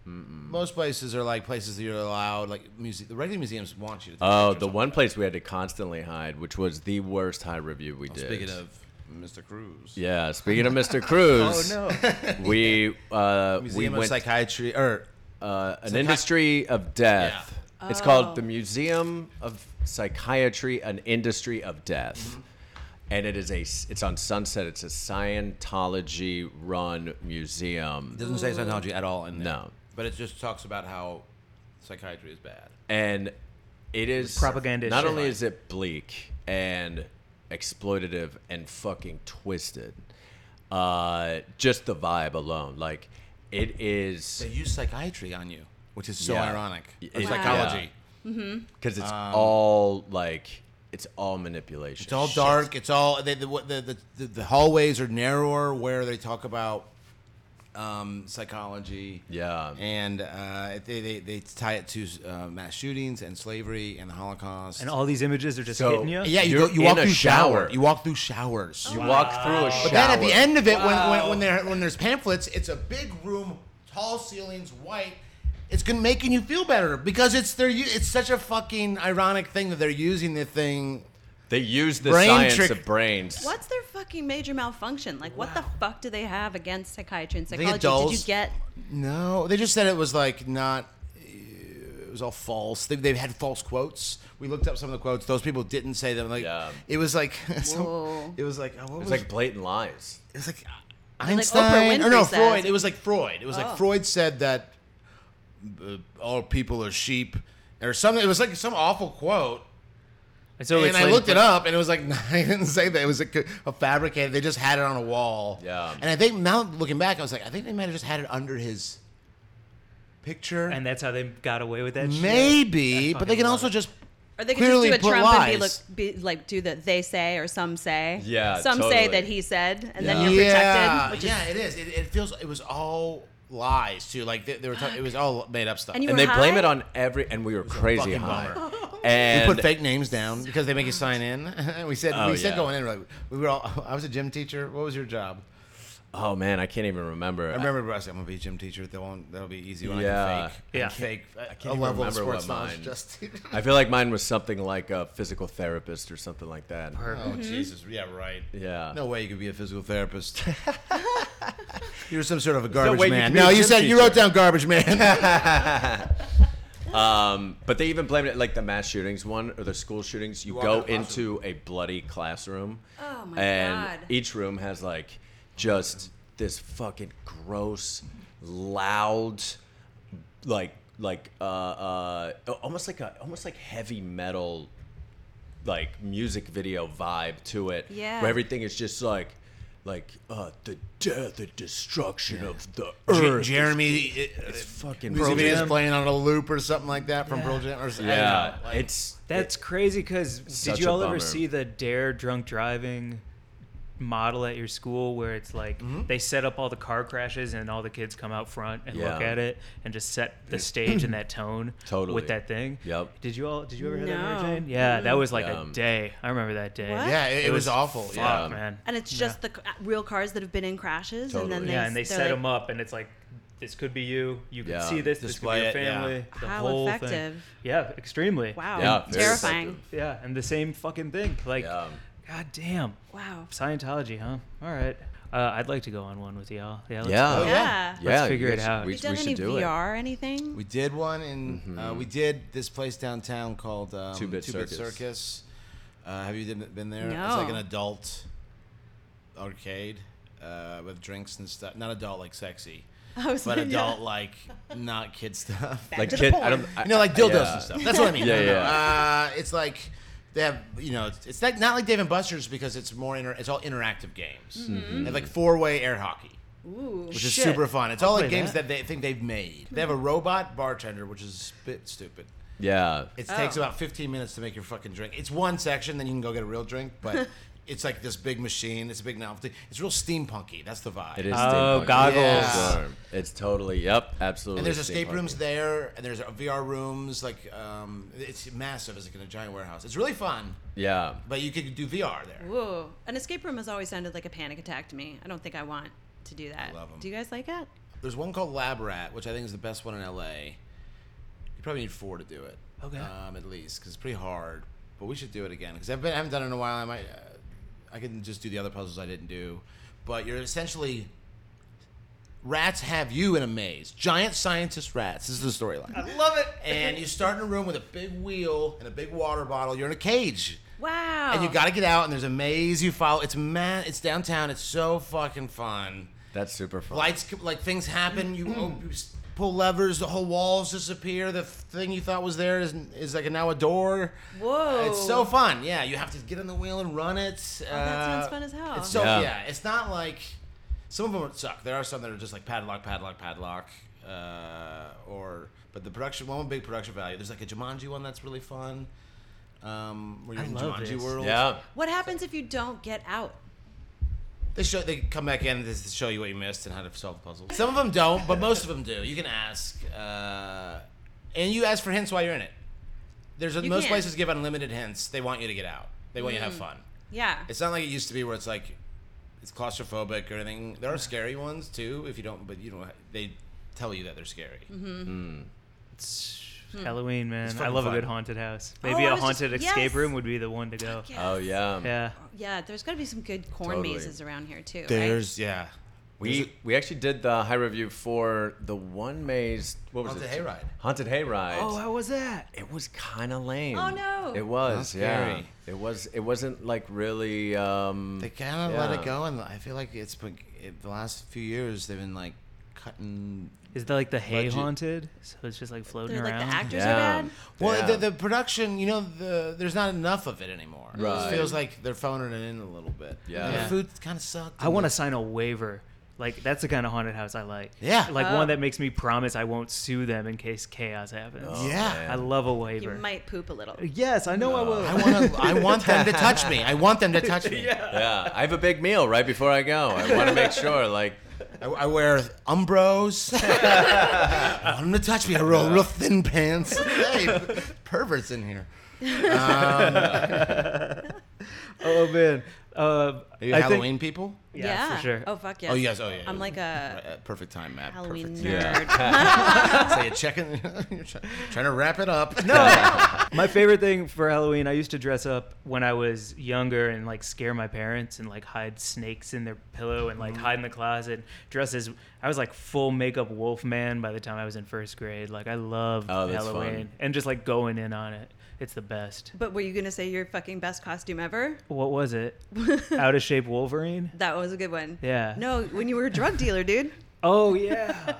S4: Most places are like places that you're allowed, like music. The regular museums want you to. take
S5: Oh,
S4: pictures
S5: the
S4: of-
S5: one place we had to constantly hide, which was the worst high review we did.
S4: Oh, Speaking of Mr. Cruz.
S5: Oh, Yeah, speaking of Mr. Cruz. We uh, we
S4: Oh, Museum of
S5: went
S4: Psychiatry, or
S5: uh, an
S4: Psychi-
S5: industry of death. It's
S2: Oh.
S5: called the Museum of Psychiatry, an industry of death.
S2: Mm-hmm.
S5: And it is a s- it's on Sunset. It's a Scientology run museum.
S4: It doesn't say Scientology at all in there.
S5: No.
S4: But it just talks about how psychiatry is bad.
S5: and it is
S6: Propaganda
S5: Not
S6: shit.
S5: only is it bleak and exploitative and fucking twisted, uh, just the vibe alone, like it is
S4: They use psychiatry on you, which is so
S5: Yeah.
S4: ironic.
S5: Y-
S4: Or
S5: it-
S4: psychology.
S5: because it's all like it's all manipulation.
S4: um, It's all
S5: Shit.
S4: dark. It's all they, the, what- the, the the the hallways are narrower where they talk about um, psychology.
S5: Yeah.
S4: and uh, they, they they tie it to uh, mass shootings and slavery and the Holocaust.
S1: And all these images are just
S5: So-
S1: hitting you.
S4: yeah, you,
S5: You're
S4: go, you
S5: in
S4: walk
S5: a
S4: through shower.
S5: shower.
S4: You walk through showers.
S5: You walk through a shower.
S4: But then at the end of it, when, when, when, there, when there's pamphlets, it's a big room, tall ceilings, white. It's gonna making you feel better because it's they're u- it's such a fucking ironic thing that they're using the thing.
S5: they use the
S4: Brain
S5: science
S4: trick-
S5: of brains.
S2: What's their fucking major malfunction? Like, what the fuck do they have against psychiatry and
S4: think
S2: psychology? Did
S4: adults-
S2: you get?
S4: No, they just said it was like not. It was all false. They, they've had false quotes. We looked up some of the quotes. Those people didn't say them. Like
S5: Yeah.
S4: it was like some-
S2: Whoa.
S4: it was like oh, what
S5: It's
S4: was
S5: like blatant lies.
S4: it was like
S2: like Oprah
S4: Einstein or no
S2: Winfrey says.
S4: Freud. It was like Freud. It was
S2: Oh.
S4: like Freud said that uh, all people are sheep or something. It was like some awful quote.
S1: And so
S4: and
S1: it's
S4: I
S1: like-
S4: looked it up, and it was like I didn't say that. It was a, co- a fabricated. They just had it on a wall.
S5: Yeah.
S4: And I think now looking back, I was like, I think they might have just had it under his picture.
S1: and that's how they got away with that. shit?
S4: maybe,
S1: I
S4: but they
S1: fucking
S4: can
S1: love
S4: also
S1: it.
S4: just
S2: Or they could
S4: clearly
S2: just do a
S4: put
S2: Trump
S4: lies.
S2: and be, look, be like, do the they say or some say.
S5: Yeah,
S2: Some say
S5: totally.
S2: that he said, and
S5: Yeah.
S2: then you're protected. Which is,
S4: yeah, it is. It, it feels it was all lies too. Like they, they were talking. It was all made up stuff.
S2: And you
S5: and
S2: were
S5: they blame
S2: high?
S5: it on every. And we were crazy
S4: fucking
S5: high.
S4: bummer. We
S5: And
S4: put fake names down because they make you sign in. we said
S5: Oh,
S4: we said
S5: yeah.
S4: going in. Like, we were all. I was a gym teacher. What was your job?
S5: oh man, I can't even remember.
S4: I remember I said, I'm gonna be a gym teacher. That won't, that'll be easy when
S5: Yeah.
S4: I can fake.
S7: Yeah.
S4: I can fake a-
S5: can't
S4: a
S5: even
S4: level of
S5: remember what
S4: sports knowledge.
S5: mine-
S4: Just.
S5: I feel like mine was something like a physical therapist or something like that.
S4: oh Jesus! Yeah, right.
S5: Mm-hmm. Yeah.
S4: No way you could be a physical therapist. You're some sort of a garbage
S5: way you
S4: man.
S5: could be
S4: No,
S5: a
S4: you
S5: gym
S4: said you
S5: teacher.
S4: wrote down garbage man.
S5: Um, but they even blamed it like the mass shootings one or the school shootings. You,
S4: walk
S5: go
S4: in the classroom.
S5: into a bloody classroom.
S2: Oh, my
S5: and
S2: God.
S5: each room has like just this fucking gross, loud, like like uh uh almost like a almost like heavy metal like music video vibe to it.
S2: Yeah.
S5: Where everything is just like like uh the death and destruction of the
S4: J-
S5: earth.
S4: Jeremy uh,
S5: it's fucking
S4: Pearl is
S1: Jam.
S4: playing on a loop or something like that from Pearl Jam. Or, something. I don't
S5: Yeah.
S4: know, like-
S5: it's
S1: That's crazy 'cause crazy. Because
S5: Such
S1: did you
S5: a
S1: all ever
S5: bummer.
S1: see the Dare drunk driving model at your school where it's like they set up all the car crashes and all the kids come out front and look
S5: Yeah.
S1: at it and just set the stage and that tone
S5: Totally.
S1: with that thing?
S5: Yep.
S1: Did you all? Did you ever hear that, Mary
S2: No.
S1: Jane? Yeah, that was like
S5: Yeah.
S1: a day. I remember that day.
S2: What?
S4: yeah, it, it was, awful.
S1: Fuck,
S4: Yeah.
S1: man.
S2: And it's just
S1: Yeah.
S2: the c- real cars that have been in crashes, and then
S5: Totally.
S2: they,
S1: yeah, and they
S2: they're
S1: set
S2: like,
S1: them up, and it's like, this could be you. You can
S5: Yeah.
S1: see this. This could be
S4: Display
S1: your
S4: it, yeah.
S1: family. The
S2: How
S1: whole Thing.
S2: effective.
S1: Yeah, extremely.
S2: Wow,
S5: Yeah, very
S2: Oh, terrifying.
S5: effective.
S1: Yeah, and the same fucking thing. Like,
S5: Yeah.
S1: god damn.
S2: Wow.
S1: Scientology, huh? All right. Uh, I'd like to go on one with y'all. Yeah. let's
S5: Yeah.
S1: go.
S4: Oh, yeah.
S2: Yeah.
S5: Yeah,
S1: Let's
S5: you
S1: figure it
S5: guys-
S1: out.
S5: We,
S2: Have you done
S5: we
S2: any
S5: should
S2: VR
S5: do it.
S2: or anything?
S4: We did one, and uh, we did this place downtown called um,
S5: Mm-hmm. Two Bit Circus.
S4: Circus. Uh, have you been- been there? It's
S2: No.
S4: like an adult arcade uh, with drinks and stuff. Not adult like sexy,
S2: I was
S4: but
S2: like, yeah.
S4: adult like not kid stuff.
S5: Like
S2: to the
S5: kid,
S2: porn.
S5: I don't, I,
S4: you know, like
S5: I-
S4: dildos
S5: yeah.
S4: and stuff. That's what I mean.
S5: Yeah,
S4: No, no,
S5: yeah.
S4: Uh, it's like they have, you know, it's, it's like, not like Dave and Buster's because it's more, inter- it's all interactive games.
S5: Mm-hmm.
S4: They have like four way air hockey,
S2: Ooh.
S4: which is
S1: Shit.
S4: super fun. It's all like
S1: play
S4: games
S1: that.
S4: that. they think they've made. They
S5: Hmm.
S4: have a robot bartender, which is a bit stupid.
S5: Yeah,
S4: It
S2: Oh.
S4: takes about 15 minutes to make your fucking drink. It's one section, then you can go get a real drink, but it's like this big machine. It's a big novelty. It's real steampunky. That's the vibe.
S5: it is.
S1: Oh,
S5: steampunk.
S1: goggles.
S4: Yeah.
S5: It's totally. Yep, absolutely.
S4: And there's escape
S5: steampunk.
S4: rooms there, and there's VR rooms. Like, um, it's massive. It's like in a giant warehouse. It's really fun,
S5: Yeah,
S4: but you could do VR there.
S2: Ooh. An escape room has always sounded like a panic attack to me. I don't think I want to do that.
S4: love 'em.
S2: Do you guys like it?
S4: There's one called Lab Rat, which I think is the best one in LA. You probably need four to do it.
S1: Okay.
S4: Um, at least because it's pretty hard. But we should do it again because I've been I haven't done it in a while. I might uh, I can just do the other puzzles I didn't do. But you're essentially rats have you in a maze. Giant scientist rats. This is the storyline. I love it. And you start in a room with a big wheel and a big water bottle. You're in a cage.
S2: Wow.
S4: And you got to get out, and there's a maze you follow. It's man, it's downtown. It's so fucking fun
S5: that's super fun.
S4: lights co- like things happen you,
S2: Mm-hmm.
S4: op- you s- pull levers the whole walls disappear the thing you thought was there is, is like now a door
S2: Whoa.
S4: it's so fun yeah you have to get on the wheel and run it oh,
S2: that sounds fun as hell.
S4: it's so
S5: Yeah.
S4: yeah. it's not like some of them would suck there are some that are just like padlock padlock padlock uh, or but the production one with big production value there's like a Jumanji one that's really fun um, where you're
S1: I
S4: in
S1: love
S4: Jumanji
S1: this.
S4: World
S5: Yeah,
S2: What happens if you don't get out?
S4: They show they come back in to show you what you missed and how to solve the puzzle. Some of them don't, but most of them do. You can ask, uh, and you ask for hints while you're in it. There's a,
S2: You
S4: most
S2: can. Mm.
S4: places give unlimited hints. They want you to get out. They want you to have fun.
S2: Yeah.
S4: It's not like it used to be where it's like it's claustrophobic or anything. There are scary ones too. If you don't, but you don't, they tell you that they're scary.
S2: Mm-hmm.
S1: It's Halloween, man. I
S4: fucking
S1: love a
S4: fun.
S1: good haunted house.
S2: Hmm. Oh,
S1: Maybe
S2: I
S1: a
S2: was just-
S1: haunted escape
S2: yes.
S1: room would be the one to go.
S2: Yes.
S5: Oh yeah.
S1: Yeah.
S2: Yeah, there's got to be some good corn
S5: Totally.
S2: mazes around here too. right?
S4: There's yeah.
S5: We we actually did the high review for the one maze. What was
S4: Haunted
S5: it?
S4: Hayride.
S5: Haunted Hayride.
S1: Oh, how was that?
S5: it was kind of lame.
S2: Oh, no.
S5: It was.
S4: That's
S5: Yeah.
S4: scary.
S5: It was. It wasn't like really. Um,
S4: They kind of let
S5: Yeah.
S4: it go, and I feel like it's been it, the last few years they've been like cutting
S1: Is that like the hay
S4: Legit.
S1: haunted? So it's just like floating
S2: They're like
S1: around.
S2: the actors
S5: yeah.
S2: are bad.
S4: Well,
S5: Yeah.
S4: the, the production, you know, the there's not enough of it anymore.
S5: Right.
S4: It feels like they're phoning it in a little bit.
S5: Yeah.
S4: The
S1: Yeah.
S4: food kind of sucked.
S1: I want to sign a waiver. Like that's the kind of haunted house I like.
S4: Yeah.
S1: Like
S2: Oh.
S1: one that makes me promise I won't sue them in case chaos happens.
S4: Yeah.
S1: I love a waiver.
S2: You might poop a little.
S1: Oh. Yes, I know I will.
S4: I want to. I want them to touch me. I want them to touch me.
S5: yeah, I have a big meal right before I go. I want to make sure, like,
S4: I, I wear Umbros. I want them to touch me. I wear real thin pants. Hey, perverts in here.
S1: Oh man, uh,
S4: Are you
S1: I think-
S4: Halloween people?
S1: yeah, for sure.
S2: Oh fuck yes.
S4: Oh, yes. Oh, yeah.
S2: I'm like a
S4: Uh, perfect time, Matt.
S2: Halloween
S4: Perfect.
S2: nerd.
S4: so you're checking, you're try- trying to wrap it up.
S1: My favorite thing for Halloween, I used to dress up when I was younger and like scare my parents and like hide snakes in their pillow and like
S5: Mm.
S1: hide in the closet. Dress as I was like full makeup wolf man by the time I was in first grade. Like I love
S5: Oh, that's
S1: Halloween
S5: fun.
S1: and just like going in on it. It's the best.
S2: But were you gonna say your fucking best costume ever?
S1: What was it? Out of shape Wolverine?
S2: That was a good one.
S1: Yeah.
S2: No, when you were a drug dealer, dude.
S1: Oh yeah.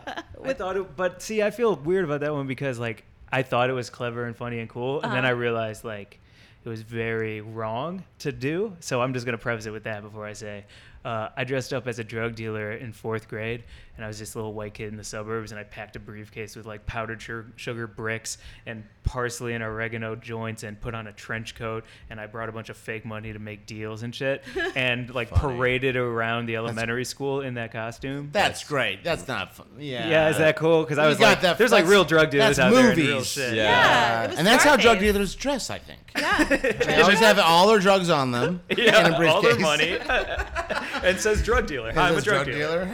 S1: I thought it, but see, I feel weird about that one because like I thought it was clever and funny and cool, and then I realized like it was very wrong to do. So I'm just gonna preface it with that before I say. Uh, I dressed up as a drug dealer in fourth grade, and I was this little white kid in the suburbs, and I packed a briefcase with like powdered su- sugar bricks and parsley and oregano joints, and put on a trench coat, and I brought a bunch of fake money to make deals and shit, and like paraded around the elementary school in that costume.
S4: That's great. That's not fun. Yeah.
S1: Yeah, is that cool? Because I
S4: You
S1: was
S4: got
S1: like,
S4: that-
S1: there's like
S4: that's-
S1: real drug dealers
S4: that's
S1: out there and real
S4: movies.
S1: shit.
S5: Yeah.
S2: Yeah. it was
S4: Uh, and that's how drug
S2: Scarface.
S4: dealers dress, I think.
S2: Yeah.
S4: They always have all their drugs on them. in a briefcase.
S8: all their money, and says drug dealer.
S4: Is
S8: I'm a
S4: this
S8: drug, dealer.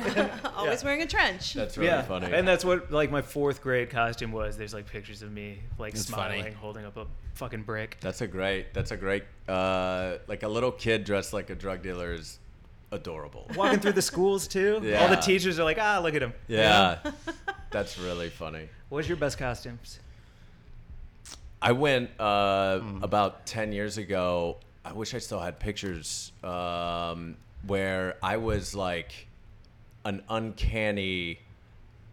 S2: Always wearing a trench.
S5: That's really
S1: yeah,
S5: funny.
S1: and that's what like my fourth grade costume was. There's like pictures of me like
S4: That's
S1: smiling,
S4: funny.
S1: holding up a fucking brick.
S5: That's a great. That's a great. Uh, like a little kid dressed like a drug dealer is adorable.
S1: Walking through the schools too. All
S5: Yeah.
S1: the teachers are like, ah, look at him.
S5: Yeah, that's really funny.
S1: What's your best costumes?
S5: I went uh,
S1: Hmm.
S5: about ten years ago. I wish I still had pictures um, where I was like an uncanny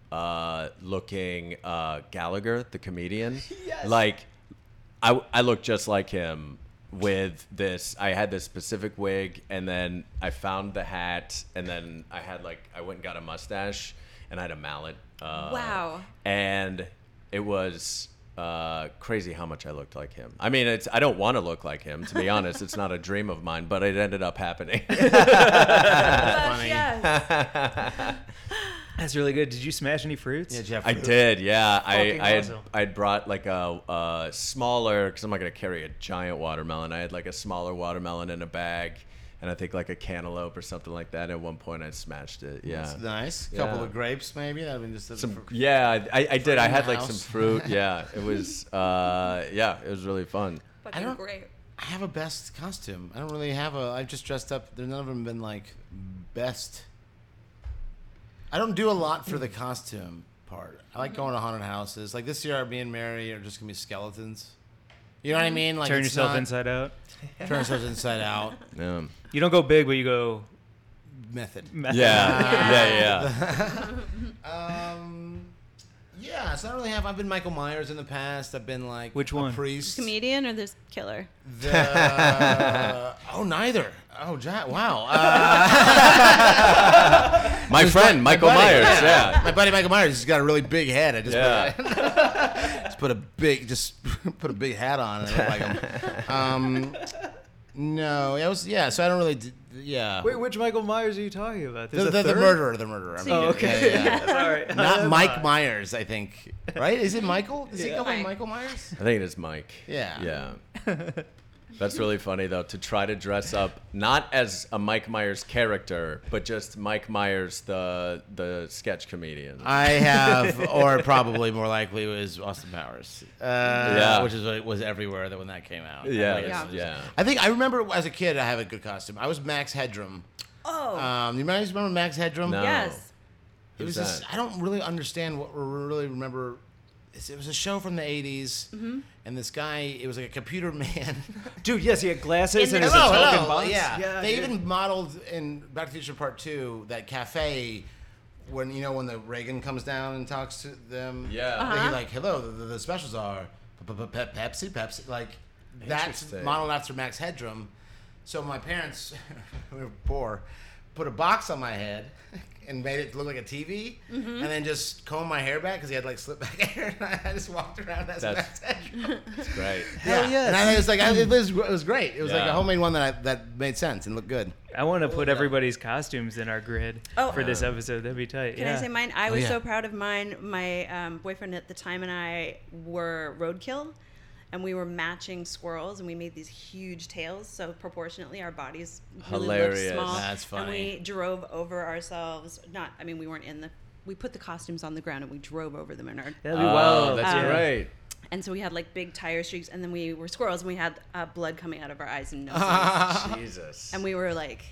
S5: uh, looking uh, Gallagher, the comedian. Like I, I looked just like him with this i had this specific wig and then i found the hat and then i had like i went and got a mustache and i had a mallet uh,
S2: Wow.
S5: and it was uh, crazy how much i looked like him i mean it's i don't want to look like him to be honest it's not a dream of mine but it ended up happening
S2: Fuck yes.
S1: That's really good. Did you smash any fruits?
S4: Yeah, Jeff.
S5: I did, yeah. I
S1: Fucking
S5: I had,
S1: awesome.
S5: I'd brought like a, a smaller because I'm not gonna carry a giant watermelon. I had like a smaller watermelon in a bag, and I think like a cantaloupe or something like that. At one point, I smashed it. Yeah,
S4: That's nice. A couple
S5: Yeah.
S4: of grapes, maybe. That would be just a,
S5: some yeah. I- I, I did. I
S4: in
S5: had
S4: the
S5: like some
S4: house.
S5: fruit. Yeah, it was uh yeah, it was really fun.
S2: Fucking
S4: don't-
S2: great.
S4: I have a best costume. I don't really have a. I've just dressed up. There's none of them been like best. I don't do a lot for the costume part. I like going to haunted houses. Like this year, me and Mary are just gonna be skeletons. You know what I mean? Like
S1: Turn
S4: it's
S1: yourself
S4: not-
S1: inside out.
S4: Turn ourselves inside out.
S5: Yeah,
S1: You don't go big, but you go.
S4: Method.
S5: yeah, yeah, yeah.
S4: Um, yeah, so I don't really have. I've been Michael Myers in the past. I've been like
S1: Which one?
S4: A priest.
S2: Comedian or this killer?
S4: The, oh, neither. Oh, ja- wow. Uh,
S5: My friend Michael
S4: buddy,
S5: Myers. Yeah,
S4: my buddy Michael Myers has got a really big head. I just
S5: yeah.
S4: just put a big just put a big hat on and I look like him. Um, no, I was yeah. So I don't really d- yeah.
S1: Wait, which Michael Myers are you talking about?
S4: the,
S1: There's a
S4: the, the
S1: third?
S4: murderer, the murderer. I'm
S1: Oh,
S4: kidding.
S1: okay.
S4: Yeah, yeah, yeah.
S1: Sorry.
S4: Not Mike Myers, I think. Right? Is it Michael? Is he called
S2: Mike.
S4: Michael Myers?
S5: I think it is Mike.
S4: Yeah.
S5: Yeah. That's really funny though to try to dress up not as a Mike Myers character, but just Mike Myers the the sketch comedian.
S4: I have, or probably more likely was Austin Powers, uh,
S5: Yeah.
S4: which is like, was everywhere that when that came out.
S5: yeah,
S4: Like,
S5: yeah,
S2: Yeah.
S5: yeah.
S4: I think I remember as a kid I have a good costume. I was Max Headroom.
S2: Oh.
S4: Um, you guys remember Max Headroom?
S5: No.
S2: yes.
S4: It was
S5: Who's
S4: just
S5: that?
S4: I don't really understand what we really remember. It's- It was a show from the '80s, and this guy, it was like a computer man.
S1: Dude, yes, he had glasses
S2: In
S1: and
S2: the-
S1: it's a
S2: Hello,
S1: token
S5: Oh,
S4: Hello,
S1: box.
S4: Yeah, they
S1: dude.
S4: even modeled in Back to the Future Part Two that cafe when you know when the Reagan comes down and talks to them.
S5: Yeah.
S4: They like hello, the, the, the specials are pe- pe- pe- Pepsi, Pepsi. Like that's
S5: Interesting.
S4: modeled after Max Headroom. So my parents, we were poor, put a box on my head. And made it look like a TV, and then just combed my hair back because he had like slip back hair, and I just walked around as
S5: That's-
S4: Max Headroom.
S5: It's great.
S4: Yeah, and I was like, I, it, was, it was great. It was like
S5: Yeah.
S4: a homemade one that I, that made sense and looked good.
S1: I want to put everybody's costumes in our grid
S2: Oh.
S1: for this episode. That'd be tight.
S2: Can
S1: yeah.
S2: I say mine?
S5: Oh,
S2: I was
S4: yeah.
S2: so proud of mine. My um, boyfriend at the time and I were roadkill, and we were matching squirrels, and we made these huge tails. So proportionately, our bodies really
S5: Hilarious.
S2: looked small.
S4: That's
S2: And
S4: funny.
S2: we drove over ourselves. Not, I mean, we weren't in the. We put the costumes on the ground and we drove over them in our
S6: That'd be wild.
S5: Oh, that's
S2: Um,
S5: right.
S2: and so we had like big tire streaks, and then we were squirrels, and we had uh, blood coming out of our eyes and noses,
S5: Jesus.
S2: and we were like,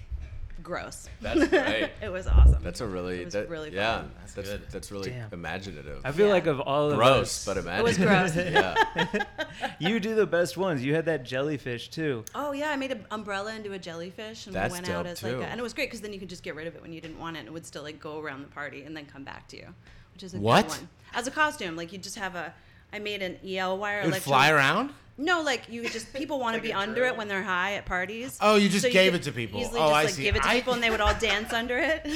S2: gross.
S5: That's great.
S2: it was awesome.
S5: That's a really,
S2: It was
S5: that-
S2: really
S5: yeah.
S2: fun.
S5: That's
S4: good.
S5: That's really
S6: Damn.
S5: imaginative.
S6: I feel
S2: Yeah.
S6: like of all of
S5: Gross,
S6: us,
S5: but
S2: It was
S5: imaginative.
S2: gross.
S5: yeah.
S6: you do the best ones. You had that jellyfish too.
S2: oh yeah, I made an umbrella into a jellyfish, and
S5: That's
S2: we went
S5: dope,
S2: out as like,
S5: too.
S2: a, and it was great because then you could just get rid of it when you didn't want it, and it would still like go around the party and then come back to you, which is a
S4: What?
S2: good one. As a costume, like you just have a. I made an EL wire.
S4: It would
S2: electro-
S4: fly around.
S2: No, like you would just people want to be under it when they're high at parties.
S4: Oh, you just gave
S2: could
S4: it to people.
S2: Easily
S4: Oh,
S2: just
S4: I
S2: like
S4: see.
S2: give it to
S4: I-
S2: people and they would all dance under it. it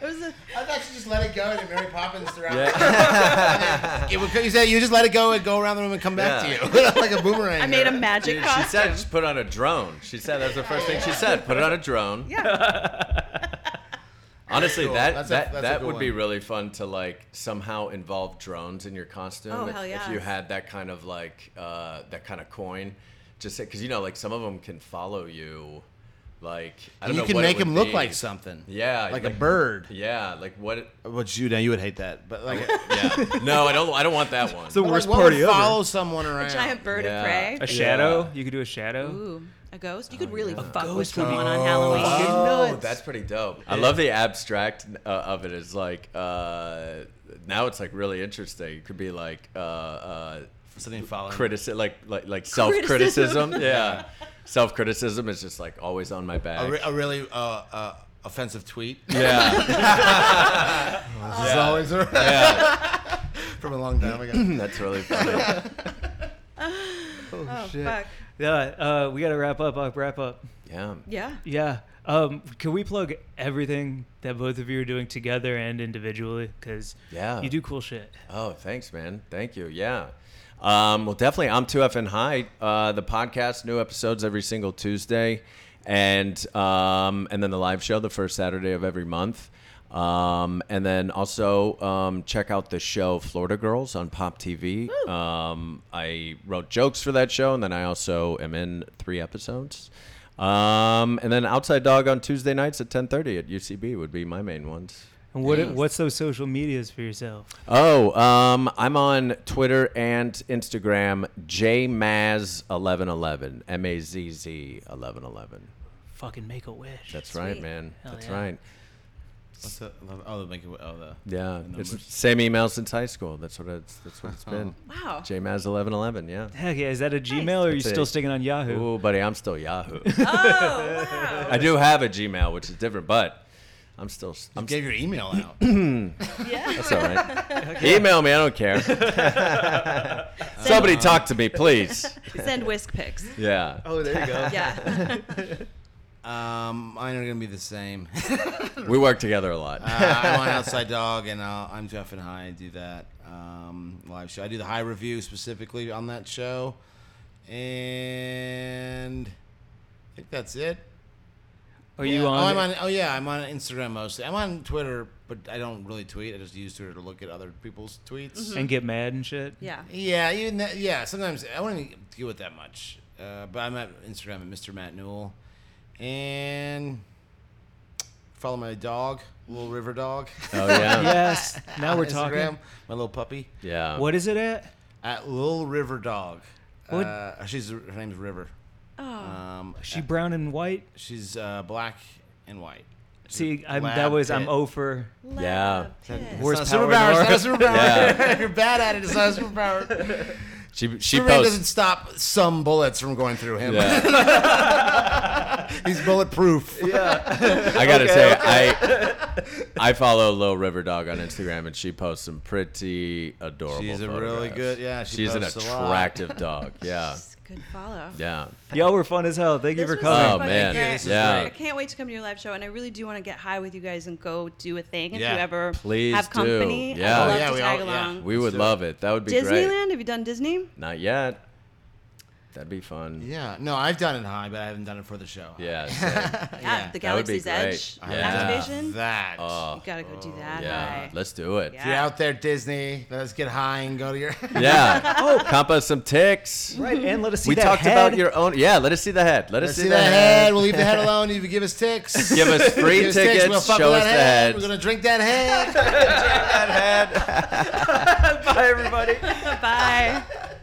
S2: was a,
S4: I thought you just let it go and Mary Poppins throughout.
S5: yeah.
S4: It would, you said you just let it go and go around the room and come back
S5: Yeah.
S4: to you like a boomerang.
S2: I made a
S4: or-
S2: magic
S5: Dude, she
S2: costume.
S5: said just put on a drone. She said that's the first thing she said. Put it on a drone.
S2: yeah.
S5: Honestly,
S4: Cool.
S5: that
S4: That's a-
S5: that,
S4: that's a
S5: that
S4: good
S5: would be
S4: one.
S5: really fun to like somehow involve drones in your costume.
S2: Oh,
S5: if,
S2: hell
S5: if you
S2: yes.
S5: had that kind of like uh, that kind of coin, just because you know like some of them can follow you, like I don't
S4: you
S5: know
S4: can
S5: what it
S4: make
S5: would
S4: him look
S5: be.
S4: like something.
S5: Yeah,
S4: like, a bird.
S5: Yeah, like what?
S4: Well, you now you would hate that, but like,
S5: Yeah, no, I don't. I don't want that one.
S6: It's the
S4: but, like,
S6: worst
S4: what
S6: party
S4: would
S6: ever.
S4: follow someone around.
S2: Giant bird
S5: Yeah.
S2: of
S6: A
S2: prey.
S6: shadow.
S5: Yeah.
S6: You could do a shadow.
S2: Ooh, a ghost.
S4: Oh,
S2: You could really fuck with
S6: ghost would be-
S2: someone on Halloween.
S5: Oh, that's pretty dope. I love the abstract uh, of it. Is like uh, now it's like really interesting. It could be like uh, uh,
S4: Something following.
S5: criticism, like like like self criticism. yeah, self criticism is just like always on my
S4: a,
S5: back.
S4: re- a really uh, uh, offensive tweet.
S5: yeah,
S4: It's always around
S5: yeah,
S4: from a long time ago.
S5: that's really funny.
S2: Oh, fuck.
S6: Yeah, uh, we gotta wrap up. Uh, wrap up.
S5: Yeah,
S2: Yeah.
S6: Yeah. Um, can we plug everything that both of you are doing together and individually? Because
S5: Yeah.
S6: you do cool shit.
S5: Oh, thanks, man. Thank you. Yeah. Um, well, definitely, I'm 2FN High. Uh, the podcast, new episodes every single Tuesday, and um, and then the live show the first Saturday of every month. Um, and then also um, check out the show Florida Girls on Pop TV. Um, I wrote jokes for that show, and then I also am in three episodes. Um, and then Outside Dog on Tuesday nights at 10:30 at UCB would be my main ones.
S6: And what what's those social medias for yourself?
S5: Oh, um, I'm on Twitter and Instagram, jmaz1111, M A Z Z 1111.
S6: Fucking make a wish.
S5: That's right,
S2: Sweet.
S5: man.
S6: Hell
S5: That's
S6: yeah.
S5: right.
S4: What's the, oh, the making. Oh, the
S5: Yeah,
S4: the
S5: it's
S4: numbers.
S5: same email since high school. That's what it's. That's what it's been.
S2: Wow.
S5: jmaz1111. Yeah.
S6: Heck yeah! Is that a Gmail or are you
S5: That's it.
S6: still sticking on Yahoo?
S5: Ooh, buddy, I'm still Yahoo.
S2: Oh, wow.
S5: I do have a Gmail, which is different, but I'm still. I'm
S4: You gave your email out.
S2: Yeah.
S5: That's all right. Email me. I don't care. Somebody talk to me, please.
S2: Send whisk pics.
S5: Yeah.
S4: oh, there you go.
S2: Yeah.
S4: Um, mine are gonna be the same.
S5: We work together a lot.
S4: uh, I'm on Outside Dog, and I'll, I'm Jeff and High. I do that um, live show. I do the High Review specifically on that show, and I think that's it.
S6: Are
S4: Yeah.
S6: you on?
S4: Oh, I'm
S6: the-
S4: on. Oh, yeah, I'm on Instagram mostly. I'm on Twitter, but I don't really tweet. I just use Twitter to look at other people's tweets.
S6: and get mad and shit.
S2: Yeah.
S4: Yeah, even that, yeah. Sometimes I wouldn't even deal with that much, uh, but I'm at Instagram at Mr. Matt Newell, and follow my dog, little river dog.
S5: Oh yeah.
S6: Yes. Now we're talking.
S4: Instagram, My little puppy
S5: Yeah.
S6: What is it at?
S4: at Little River Dog.
S6: What-
S4: Uh, she's her name's River.
S2: Oh.
S4: Um,
S6: She brown and white.
S4: she's uh, black and white. She's
S6: See,
S4: a
S6: I'm,
S4: lab
S6: that was I'm
S4: pit.
S6: O for
S5: Yeah.
S2: Love
S6: Where's
S4: It's not a
S6: Power
S4: superpower.
S6: Hour?
S4: It's not a superpower.
S5: Yeah.
S4: If You're bad at it. It's not a superpower.
S5: She she
S4: Superman
S5: posts.
S4: doesn't stop some bullets from going through him.
S5: Yeah.
S4: He's bulletproof.
S5: I gotta say, I I follow Lil River Dog on Instagram, and she posts some pretty adorable.
S4: She's a
S5: photographs.
S4: really good- yeah, she
S5: she's an
S4: posts a lot.
S5: attractive dog. Yeah,
S2: It's a Good follow.
S5: yeah.
S6: Y'all were fun as hell. Thank you for
S2: This was
S6: coming.
S5: Oh,
S2: fucking
S5: man.
S2: great.
S5: Yeah, this is Yeah. great.
S2: I can't wait to come to your live show, and I really do want to get high with you guys and go do a thing. If
S4: Yeah.
S2: you ever
S5: Please
S2: have
S5: do.
S2: company,
S5: Yeah.
S2: I'd
S5: Oh,
S2: love
S4: yeah,
S2: to
S4: we
S2: tag
S4: all- yeah.
S2: along.
S5: We would love it. That would be great.
S2: Disneyland? Have you done Disney?
S5: Not yet. That'd be fun.
S4: Yeah. No, I've done it high, but I haven't done it for the show.
S5: Yeah. same.
S2: Yeah, the
S5: That would be
S2: Galaxy's Edge
S5: great. Yeah.
S2: activation.
S4: That.
S5: Uh,
S2: you gotta go do that.
S5: yeah.
S2: high.
S5: Let's do it.
S4: If you're out there, Disney, let's get high and go to your.
S5: Yeah. Oh, comp us some ticks.
S6: Right, and let us see
S5: we
S6: that
S5: talked
S6: head.
S5: about your own. Yeah, let us see the head. Let us
S4: Let's
S5: see,
S4: see that head. We'll leave the head alone. You give us ticks.
S5: Give us free
S4: Give us ticks,
S5: tickets.
S4: we'll fuck
S5: show
S4: with
S5: us the
S4: that head.
S5: head.
S4: We're gonna drink that head.
S5: that head.
S6: Bye, everybody.
S2: Bye.